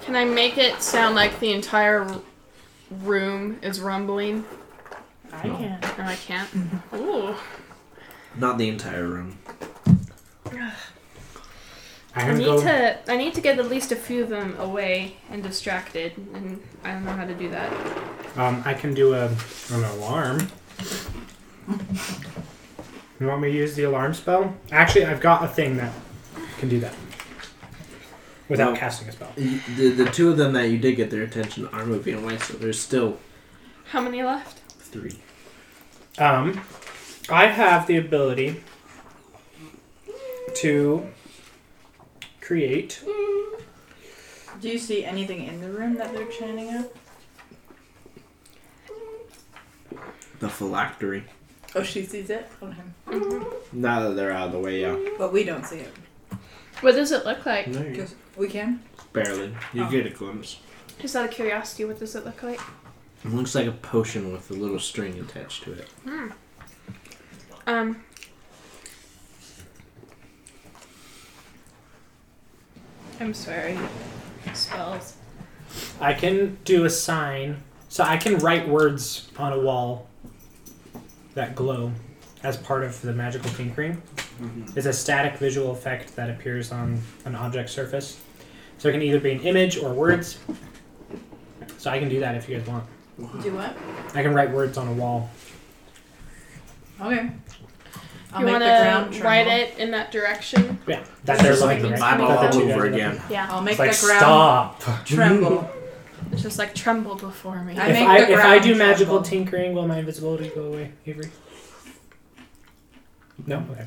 S4: Can I make it sound like the entire r- room is rumbling?
S5: I
S1: No.
S5: can't.
S4: No, I can't. Ooh.
S1: Not the entire room.
S2: I
S4: I
S2: can
S4: need
S2: go.
S4: to I need to get at least a few of them away and distracted, and I don't know how to do that.
S2: Um, I can do a an alarm. You want me to use the alarm spell? Actually, I've got a thing that can do that without
S1: No.
S2: casting a spell.
S1: Y- The, the two of them that you did get their attention are moving away, so there's still
S4: How many left?
S1: three.
S2: Um, I have the ability to create.
S3: Do you see anything in the room that they're chanting at?
S1: The phylactery.
S3: Oh, she sees it on him.
S4: Mm-hmm.
S1: Now that they're out of the way, yeah.
S3: But we don't see it.
S4: What does it look like?
S1: No, you
S3: Because we can?
S1: barely. You
S3: Oh.
S1: get a glimpse.
S4: Just out of curiosity, what does it look like?
S1: It looks like a potion with a little string attached to it.
S4: Um. I'm sorry. Spells.
S2: I can do a sign, so I can write words on a wall that glow as part of the magical tinkering. It's a static visual effect that appears on an object surface, so it can either be an image or words. So I can do that if you guys want.
S3: Do what?
S2: I can write words on a wall.
S3: Okay. I'll
S4: you
S3: make
S4: want
S3: the ground
S4: to
S3: tremble.
S4: write it in that direction?
S2: Yeah, that they're
S1: Just
S2: looking
S1: the
S2: at.
S1: Bible
S2: That
S1: all
S2: the two guys
S1: over
S2: are looking
S1: again.
S2: at.
S4: Yeah.
S3: I'll
S2: It's
S3: make
S2: like
S3: the ground
S2: stop.
S3: tremble.
S4: It's just like tremble before me.
S3: I
S2: if
S3: make
S2: I
S3: the
S2: if I
S3: ground
S2: do magical
S3: tremble.
S2: tinkering, will my invisibility go away, Avery? No. Okay.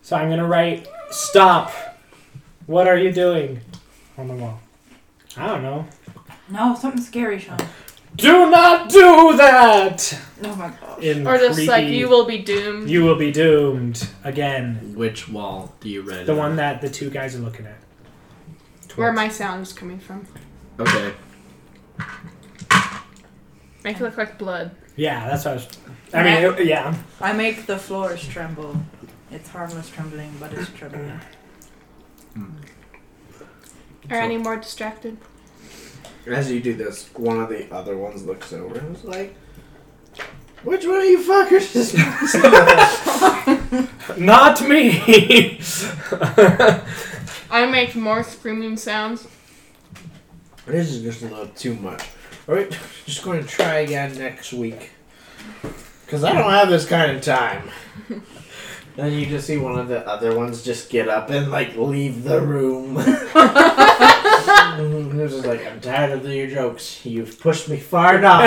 S2: So I'm gonna write stop. What are you doing on the wall? I don't know.
S3: No, something scary, Sean.
S2: Do not do that.
S3: Oh my gosh.
S2: In
S4: or just like
S2: creepy-
S4: you will be doomed.
S2: you will be doomed again.
S1: Which wall do you read?
S2: The
S1: it
S2: one
S1: on?
S2: that the two guys are looking at.
S4: Where my sound is coming from.
S1: Okay.
S4: Make it look like blood.
S2: Yeah, that's what I was. I mean, it- yeah.
S3: I make the floors tremble. It's harmless trembling, but it's trembling.
S4: Are any more distracted?
S6: As you do this, one of the other ones looks over and is like, "Which one of you fuckers is?"
S2: Not me.
S4: I make more screaming sounds.
S6: This is just a little too much. Alright, just going to try again next week. Because I don't have this kind of time. then you just see one of the other ones just get up and, like, leave the room. This is like, I'm tired of your jokes. You've pushed me far enough.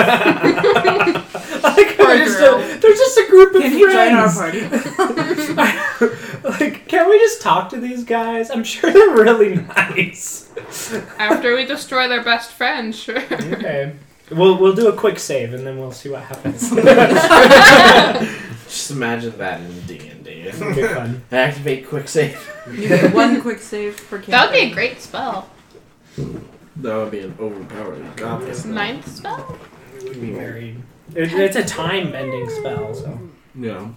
S2: like,
S4: Poor
S2: they're, just
S4: girl.
S2: a, they're just a group of
S3: Can
S2: friends.
S3: you join our party?
S2: like, can we just talk to these guys? I'm sure they're really nice.
S4: After we destroy their best friend, sure.
S2: Okay. We'll, we'll do a quick save and then we'll see what happens. It'll
S6: just imagine that in D&D.
S2: be fun.
S6: Activate quick save.
S3: You get one quick save per
S4: That would be
S3: campaign.
S4: a great spell.
S1: That would be an overpowered goblin.
S4: Ninth spell?
S2: It would be very. It, it's a time bending spell, so.
S1: Yeah.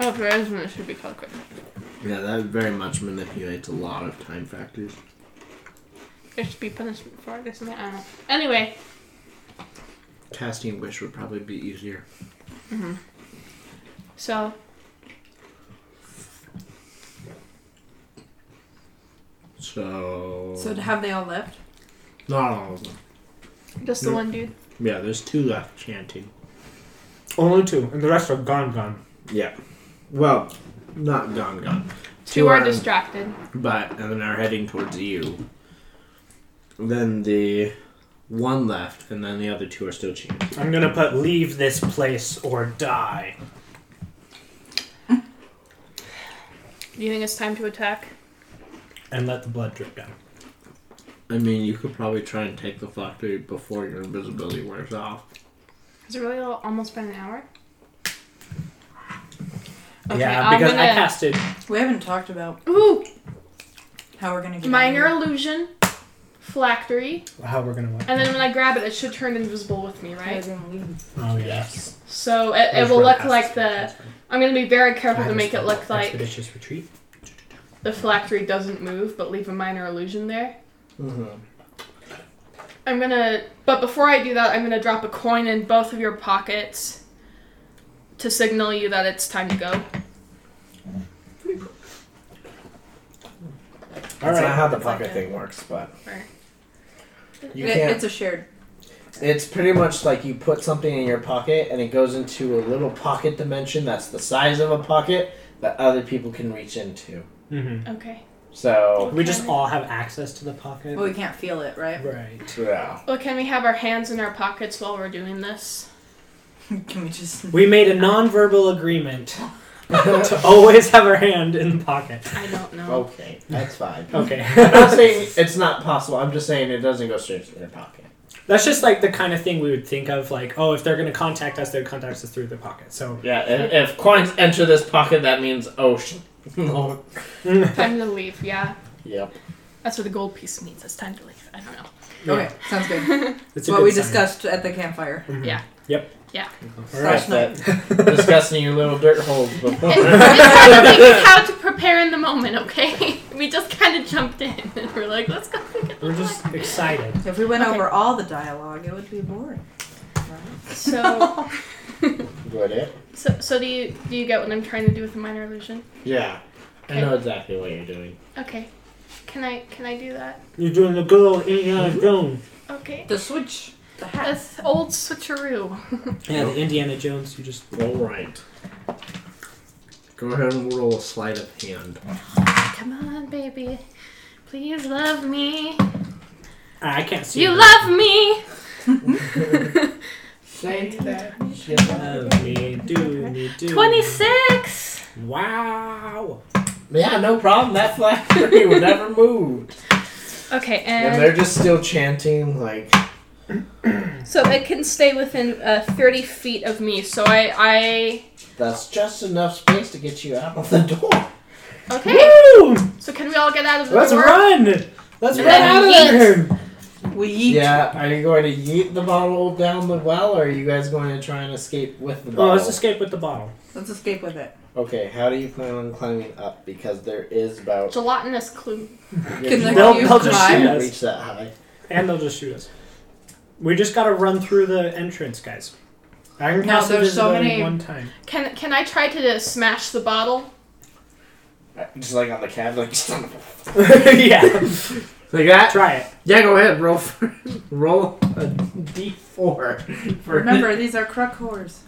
S4: Oh, if there isn't, it should be called quick.
S1: Yeah, that very much manipulates a lot of time factors.
S4: There should be punishment for it or something. I don't know. Anyway,
S1: Casting wish would probably be easier.
S4: so
S1: So.
S3: So have they all left?
S1: not all of them.
S4: Just the
S1: Nope.
S4: one dude.
S1: Yeah, there's two left chanting.
S2: Only two, and the rest are gone, gone.
S1: Yeah. Well, not gone, gone.
S4: Two are distracted.
S1: But and then are heading towards E you. Then the one left, and then the other two are still chanting.
S2: I'm gonna put leave this place or die.
S4: Do you think it's time to attack?
S2: And let the blood drip down.
S1: I mean, you could probably try and take the factory before your invisibility wears off.
S4: Has it really al- almost been an hour?
S2: yeah, because I cast it.
S3: We haven't talked about
S4: Ooh,
S3: how we're gonna get.
S4: minor
S3: out of
S4: illusion, flactory,
S2: How we're gonna work.
S4: and then when I grab it, it should turn invisible with me,
S3: here.
S4: right?
S3: We're gonna leave.
S2: Oh yes.
S4: So it, it will look like the. I'm gonna be very careful to make it look like
S2: expeditious retreat.
S4: the phylactery doesn't move, but leave a minor illusion there. I'm gonna. But before I do that, I'm gonna drop a coin in both of your pockets to signal you that it's time to go.
S2: All
S6: That's not
S2: right.
S6: how the pocket thing works, but
S4: Or-
S6: you
S3: It-
S6: can't.
S3: it's a shared.
S6: It's pretty much like you put something in your pocket and it goes into a little pocket dimension that's the size of a pocket that other people can reach into.
S2: Mm-hmm.
S4: Okay.
S6: So,
S2: We just all have access to the pocket.
S3: Well, we can't feel it, right?
S2: Right.
S6: yeah.
S4: Well, can we have our hands in our pockets while we're doing this?
S3: Can we just?
S2: We made a nonverbal agreement to always have our hand in the pocket.
S4: I don't know.
S6: okay, that's fine.
S2: Okay.
S6: I'm not saying it's not possible. I'm just saying it doesn't go straight to their pocket.
S2: That's just like the kind of thing we would think of, like, oh, if they're going to contact us, they'd contact us through their pocket. So,
S6: Yeah, if, if coins enter this pocket, that means ocean.
S4: Time to leave. Yeah,
S6: yep.
S4: that's what the gold piece means. It's time to leave. I don't know.
S2: yeah,
S3: Okay, sounds good.
S2: it's a
S3: what
S2: good
S3: we
S2: sign.
S3: discussed at the campfire.
S2: Mhm.
S4: Yeah.
S2: Yep.
S4: Yeah.
S2: All right.
S3: Slash night.
S6: Discussing your little dirt holes before.
S4: It's, it's I think it's how to prepare in the moment. Okay. We just kind of jumped in and we're like, let's go.
S2: We're just excited.
S3: If we went
S4: Okay.
S3: over all the dialogue, it would be boring.
S4: So,
S6: Would it?
S4: so, so do you do you get what I'm trying to do with the minor illusion?
S6: Yeah. I know exactly what you're doing.
S4: Okay. Can I can I do that?
S2: You're doing the good old Indiana Jones.
S4: Okay.
S3: The switch, the hat.
S4: This old switcheroo.
S2: Yeah, the Indiana Jones. You just.
S6: All right.
S1: Go ahead and roll a sleight of hand.
S4: Come on, baby. Please love me.
S2: I can't see.
S4: You love me.
S6: Say that.
S2: Love Oh, me, do me, do. me.
S4: 26.
S2: Wow.
S6: Yeah, no problem. That flag three would never move.
S4: Okay,
S6: And
S4: and
S6: they're just still chanting like
S4: so it can stay within uh, 30 feet of me. So I
S6: that's just enough space to get you out of the door.
S4: I okay.
S2: Woo!
S4: So can we all get out of the
S2: Let's
S4: door?
S2: run. Let's
S4: Yeah.
S2: run out of there.
S3: We yeet.
S6: Yeah, are you going to yeet the bottle down the well, or are you guys going to try and escape with the
S2: Oh,
S6: bottle?
S2: let's escape with the bottle.
S3: Let's escape with it.
S6: Okay, how do you plan on climbing up? Because there is about
S4: Gelatinous clue.
S6: you
S3: Can they
S2: They'll-
S3: use
S2: they'll just
S3: mine?
S2: shoot
S6: can't
S2: us.
S6: reach that high.
S2: And they'll just shoot us. We just gotta run through the entrance, guys. I can
S3: No,
S2: cast
S3: there's so
S2: invisibility
S3: many-
S2: one time.
S4: Can can I try to smash the bottle?
S6: Uh, Just like on the cab, like
S2: yeah,
S1: Like that?
S2: try it.
S1: Yeah, go ahead. Roll for, roll a d4 for
S3: Remember, these are cruck whores.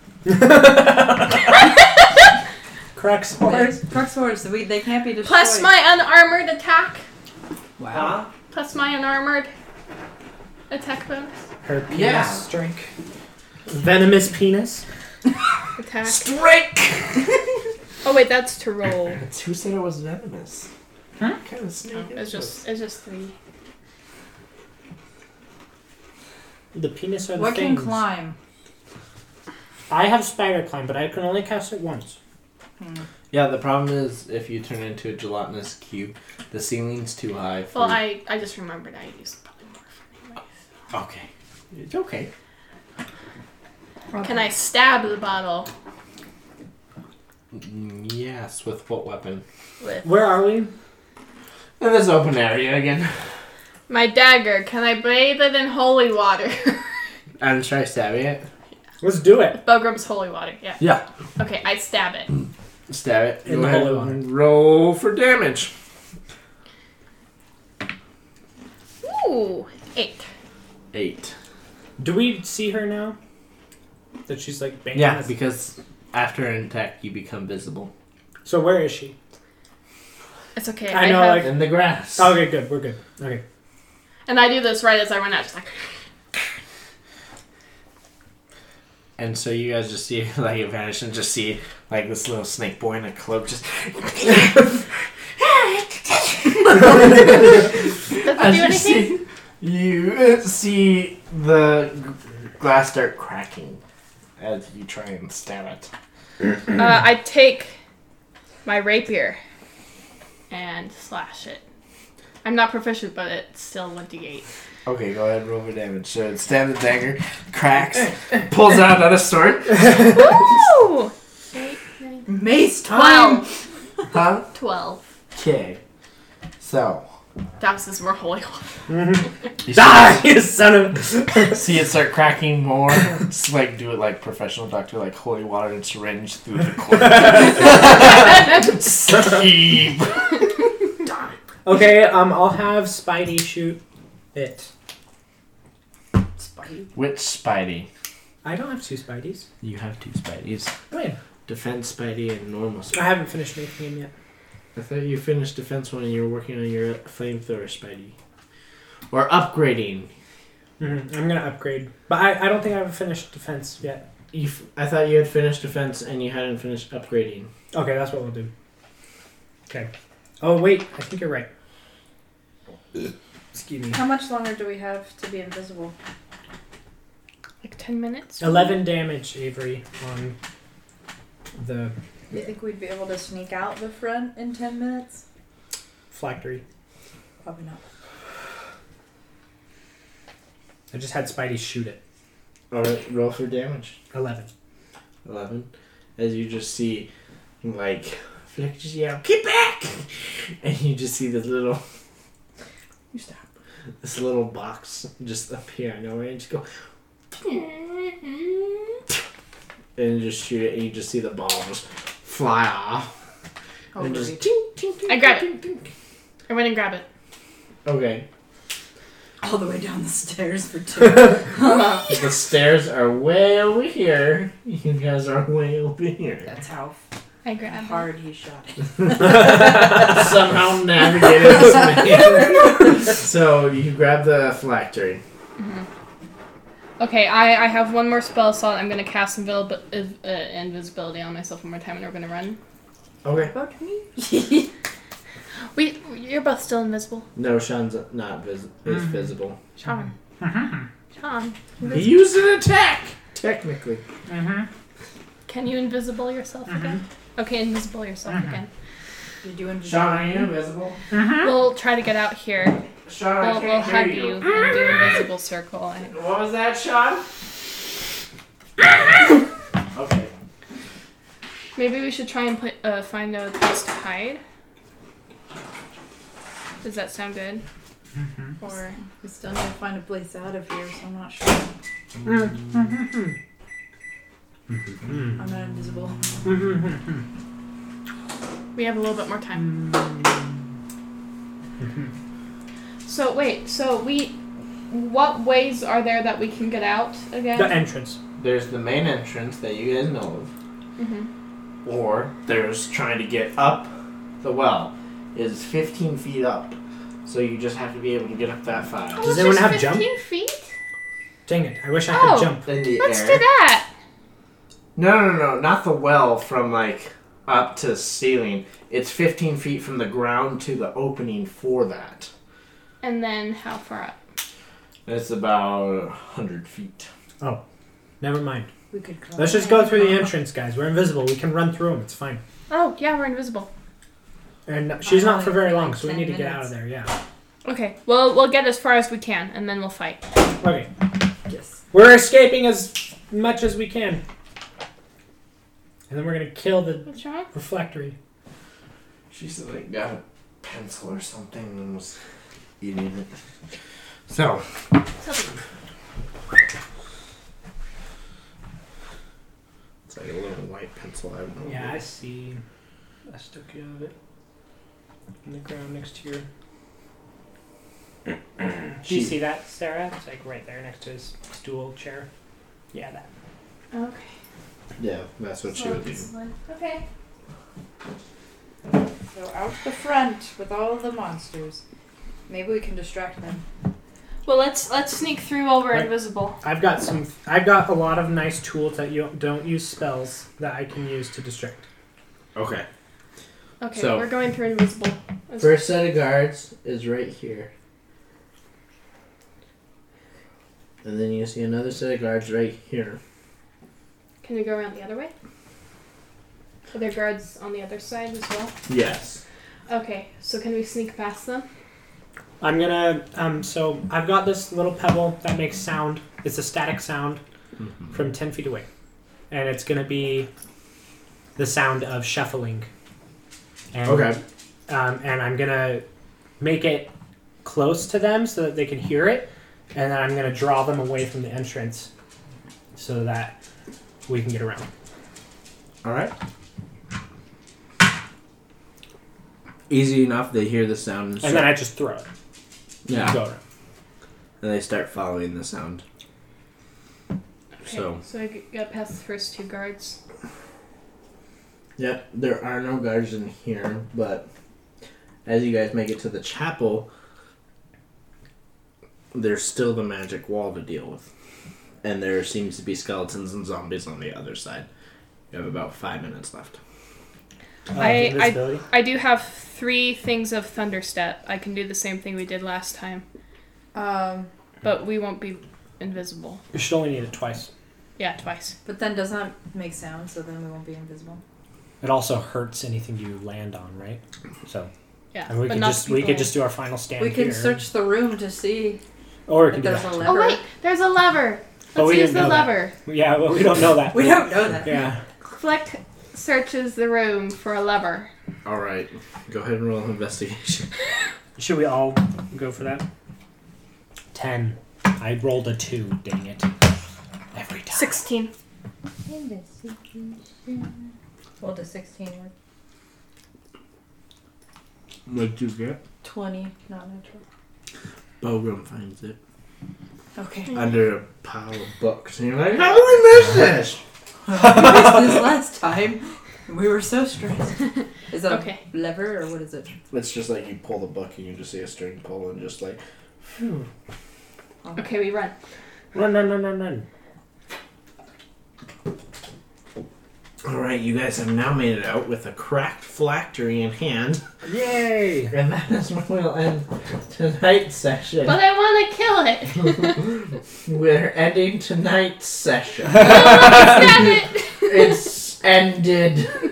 S2: Crux
S3: They're Cruck whores. We, they can't be destroyed.
S4: Plus my unarmored attack.
S6: Wow.
S4: Plus my unarmored attack bonus.
S2: Her penis
S6: Yeah.
S2: drink. Venomous penis.
S4: Attack.
S6: Strike!
S4: Oh wait, that's to roll.
S6: Who said it was venomous?
S2: Huh?
S6: Kind of snake.
S4: Hmm? It's just it's just three.
S2: The penis are the
S3: What can
S2: things.
S3: climb?
S2: I have spider climb, but I can only cast it once.
S1: Yeah, the problem is if you turn into a gelatinous cube, the ceiling's too high. For
S4: Well, I I just remembered I used probably more for anyway.
S1: okay, it's okay.
S4: Can I stab the bottle
S1: Mm, Yes, with what weapon?
S4: with
S2: Where are we?
S1: In this open area again,
S4: my dagger? Can I bathe it in holy water?
S1: and try stabbing it.
S2: Let's do it.
S4: Bogram's holy water. Yeah.
S1: Yeah,
S4: Okay, I stab it.
S1: stab it.
S2: In
S1: Go
S2: the
S1: ahead
S2: holy
S1: and roll for damage.
S4: Ooh, eight.
S1: Eight.
S2: Do we see her now? That she's like banging.
S1: Yeah,
S2: us?
S1: because after an attack, you become visible.
S2: So where is she?
S4: It's okay.
S2: I
S4: I,
S2: know,
S4: have,
S2: like-
S1: In the grass.
S2: Okay, good. We're good. Okay.
S4: and I do this right as I run out, just like
S1: And so you guys just see like it vanish and just see like this little snake boy in a cloak just
S4: does it do
S6: As you
S4: anything?
S6: see, you uh, see the g- glass start cracking as you try and stab it.
S4: Uh, I take my rapier and slash it. I'm not proficient, but it's still 1d8.
S6: Okay, go ahead, roll for damage. So it stabs the dagger, cracks, pulls out another sword.
S4: Woo!
S6: Mace
S4: Wow,
S6: Huh?
S4: 12.
S6: Okay. So.
S4: That is more holy one.
S1: you
S2: Die, you son of.
S6: See it start cracking more. It's like do it like professional doctor, like holy water and syringe through the corner.
S2: okay. Um, I'll have Spidey shoot it.
S3: Spidey.
S6: Which Spidey?
S2: I don't have two Spideys.
S1: You have two Spideys.
S2: Oh yeah.
S1: Defense Spidey and normal
S2: I
S1: Spidey.
S2: haven't finished making him yet.
S1: I thought you finished defense one and you were working on your flamethrower Spidey. Or upgrading.
S2: hmm I'm gonna upgrade, but I, I don't think I have finished defense yet.
S1: You f- I thought you had finished defense and you hadn't finished upgrading.
S2: Okay, that's what we'll do. Okay. Oh wait, I think you're right. Excuse me.
S3: How much longer do we have to be invisible?
S4: Like 10 minutes?
S2: Eleven damage, Avery, on the
S3: Do you think we'd be able to sneak out the front in 10 minutes?
S2: flactory.
S3: Probably not.
S2: I just had Spidey shoot it.
S1: Alright, roll for damage.
S2: Eleven.
S1: 11 as you just see like Flick just yell get back and you just see this little
S3: You stop.
S1: this little box just appear out of nowhere and just go and you just shoot it and you just see the ball just fly off
S3: Oh,
S1: and
S3: really?
S1: just ting, ting, ting,
S4: I grab
S1: ting, ting, ting.
S4: I went and grabbed it.
S1: okay
S3: All the way down the stairs for two.
S1: the stairs are way over here you guys are way over here
S3: That's how
S4: I grabbed it.
S3: hard he shot it.
S1: somehow navigated this man so you grab the phylactery
S4: Mm-hmm. Okay, I, I have one more spell slot. I'm going to cast invil- uh, invisibility on myself one more time and we're going to run.
S1: okay
S3: About me?
S4: We, You're both still invisible.
S1: no Sean's not vis- is
S4: Mm-hmm.
S1: visible
S4: Sean.
S1: Mm-hmm.
S4: Sean,
S1: He used an attack! Technically.
S4: can you invisible yourself
S1: Mm-hmm.
S4: again? Okay, invisible yourself again.
S3: Did you invisible?
S1: Sean, are you invisible?
S4: We'll try to get out here.
S1: Sean, Mm-hmm. Oh, I
S4: We'll, we'll
S1: can't
S4: hug
S1: hear
S4: you
S1: you.
S4: and do invisible circle. and-
S1: What was that, Sean? okay.
S4: Maybe we should try and pla uh, find a place to hide. Does that sound good?
S1: Mm-hmm.
S4: Or
S3: We still need to find a place out of here, so I'm not sure.
S2: Mm-hmm.
S3: I'm not invisible.
S4: we have a little bit more time.
S1: Mm-hmm.
S4: So wait, so we, what ways are there that we can get out
S2: The
S4: again?
S2: entrance.
S1: There's the main entrance that you guys know of.
S4: Mhm.
S1: Or there's trying to get up the well. Is 15 feet up. So you just have to be able to get up that far.
S2: Does anyone
S4: there's
S2: have
S4: 15 feet?
S2: Dang it! I wish I could
S4: Oh.
S2: jump.
S1: In the
S4: Let's
S1: air.
S4: do that.
S1: No, no, no, not the well from like up to ceiling. It's 15 feet from the ground to the opening for that.
S4: And then how far up?
S1: It's about 100 feet.
S2: Never mind.
S3: We could climb.
S2: Let's just go through the entrance, guys. We're invisible. We can run through them. It's fine.
S4: Oh yeah, we're invisible.
S2: And she's not for very long,
S3: Like
S2: so we
S3: 10
S2: need to get out
S3: minutes.
S2: of there. Yeah.
S4: Okay, well we'll get as far as we can, and then we'll fight.
S2: Okay.
S3: Yes.
S2: We're escaping as much as we can. And then we're gonna kill the
S4: What's wrong?
S2: reflectory.
S1: She's like got a pencil or something and was eating it. So, it's like a little white pencil. I don't know.
S2: see a sticky of it on the ground next to your Do you
S1: She-
S2: see that, Sarah? It's like right there next to his stool chair. Yeah, that.
S4: Okay.
S6: Yeah, that's what she would do.
S4: Okay.
S3: So out the front with all the monsters. Maybe we can distract them.
S4: Well, let's let's sneak through while we're
S2: Right.
S4: invisible.
S2: I've got some. I've got a lot of nice tools that you don't, don't use spells that I can use to distract.
S1: Okay.
S4: Okay,
S1: So-
S4: we're going through invisible. Is-
S6: First set of guards is right here. And then you see another set of guards right here.
S4: Can we go around the other way? Are there guards on the other side as well?
S1: Yes.
S4: Okay, so can we sneak past them?
S2: I'm gonna. Um. So I've got this little pebble that makes sound. It's a static sound
S1: Mm-hmm.
S2: from ten feet away, and it's gonna be the sound of shuffling. And,
S1: Okay.
S2: Um, and I'm gonna make it close to them so that they can hear it, and then I'm gonna draw them away from the entrance so that we can get around.
S1: All right. Easy enough. They hear the sound.
S2: And then I just throw it.
S1: yeah.
S2: Go around.
S1: And they start following the sound.
S4: Okay,
S1: So-
S4: so I g- got past the first two guards.
S6: Yep, there are no guards in here, but as you guys make it to the chapel,
S1: There's still the magic wall to deal with. And there seems to be skeletons and zombies on the other side. You have about five minutes left.
S2: Uh,
S4: I- I-
S2: invisibility.
S4: I do have three things of thunderstep. I can do the same thing we did last time,
S3: Um,
S4: but we won't be invisible.
S2: You should only need it twice.
S4: Yeah, twice.
S3: but then does not make sound, so then we won't be invisible.
S2: It also hurts anything you land on, right? So
S4: Yeah,
S2: and we
S4: but
S2: could
S4: not
S2: just we could
S4: people.
S2: just do our final stand
S3: we can
S2: here.
S3: search the room to see
S2: or we
S3: if
S2: can do
S3: there's a
S2: that.
S3: lever.
S4: Oh wait, there's a lever. Let's
S2: Oh, we
S4: use
S2: didn't
S4: the
S2: know that.
S4: lever.
S2: Yeah, well, we don't know that.
S3: We don't know that.
S2: Yeah.
S4: Fleck searches the room for a lever.
S1: All right. Go ahead and roll investigation.
S2: Should we all go for that? Ten. I rolled a two. Dang it! Every time.
S4: Sixteen.
S3: Well, to 16 or
S1: What'd you get?
S3: 20, not natural.
S1: Bogram finds it
S3: Okay.
S1: under a pile of books, and you're like, "How did we miss this?"
S3: we missed this last time. We were so stressed. Is that
S4: Okay.
S3: a lever or what is it?
S6: it's just like you pull the book and you just see a string pull and just like
S4: Okay, we run.
S2: Run, run, run, run, run.
S1: All right, you guys have now made it out with a cracked phylactery in hand,
S2: Yay!
S6: and that is when we'll end tonight's session.
S4: But I want to kill it.
S6: We're ending tonight's session.
S4: Stab it.
S6: it's ended.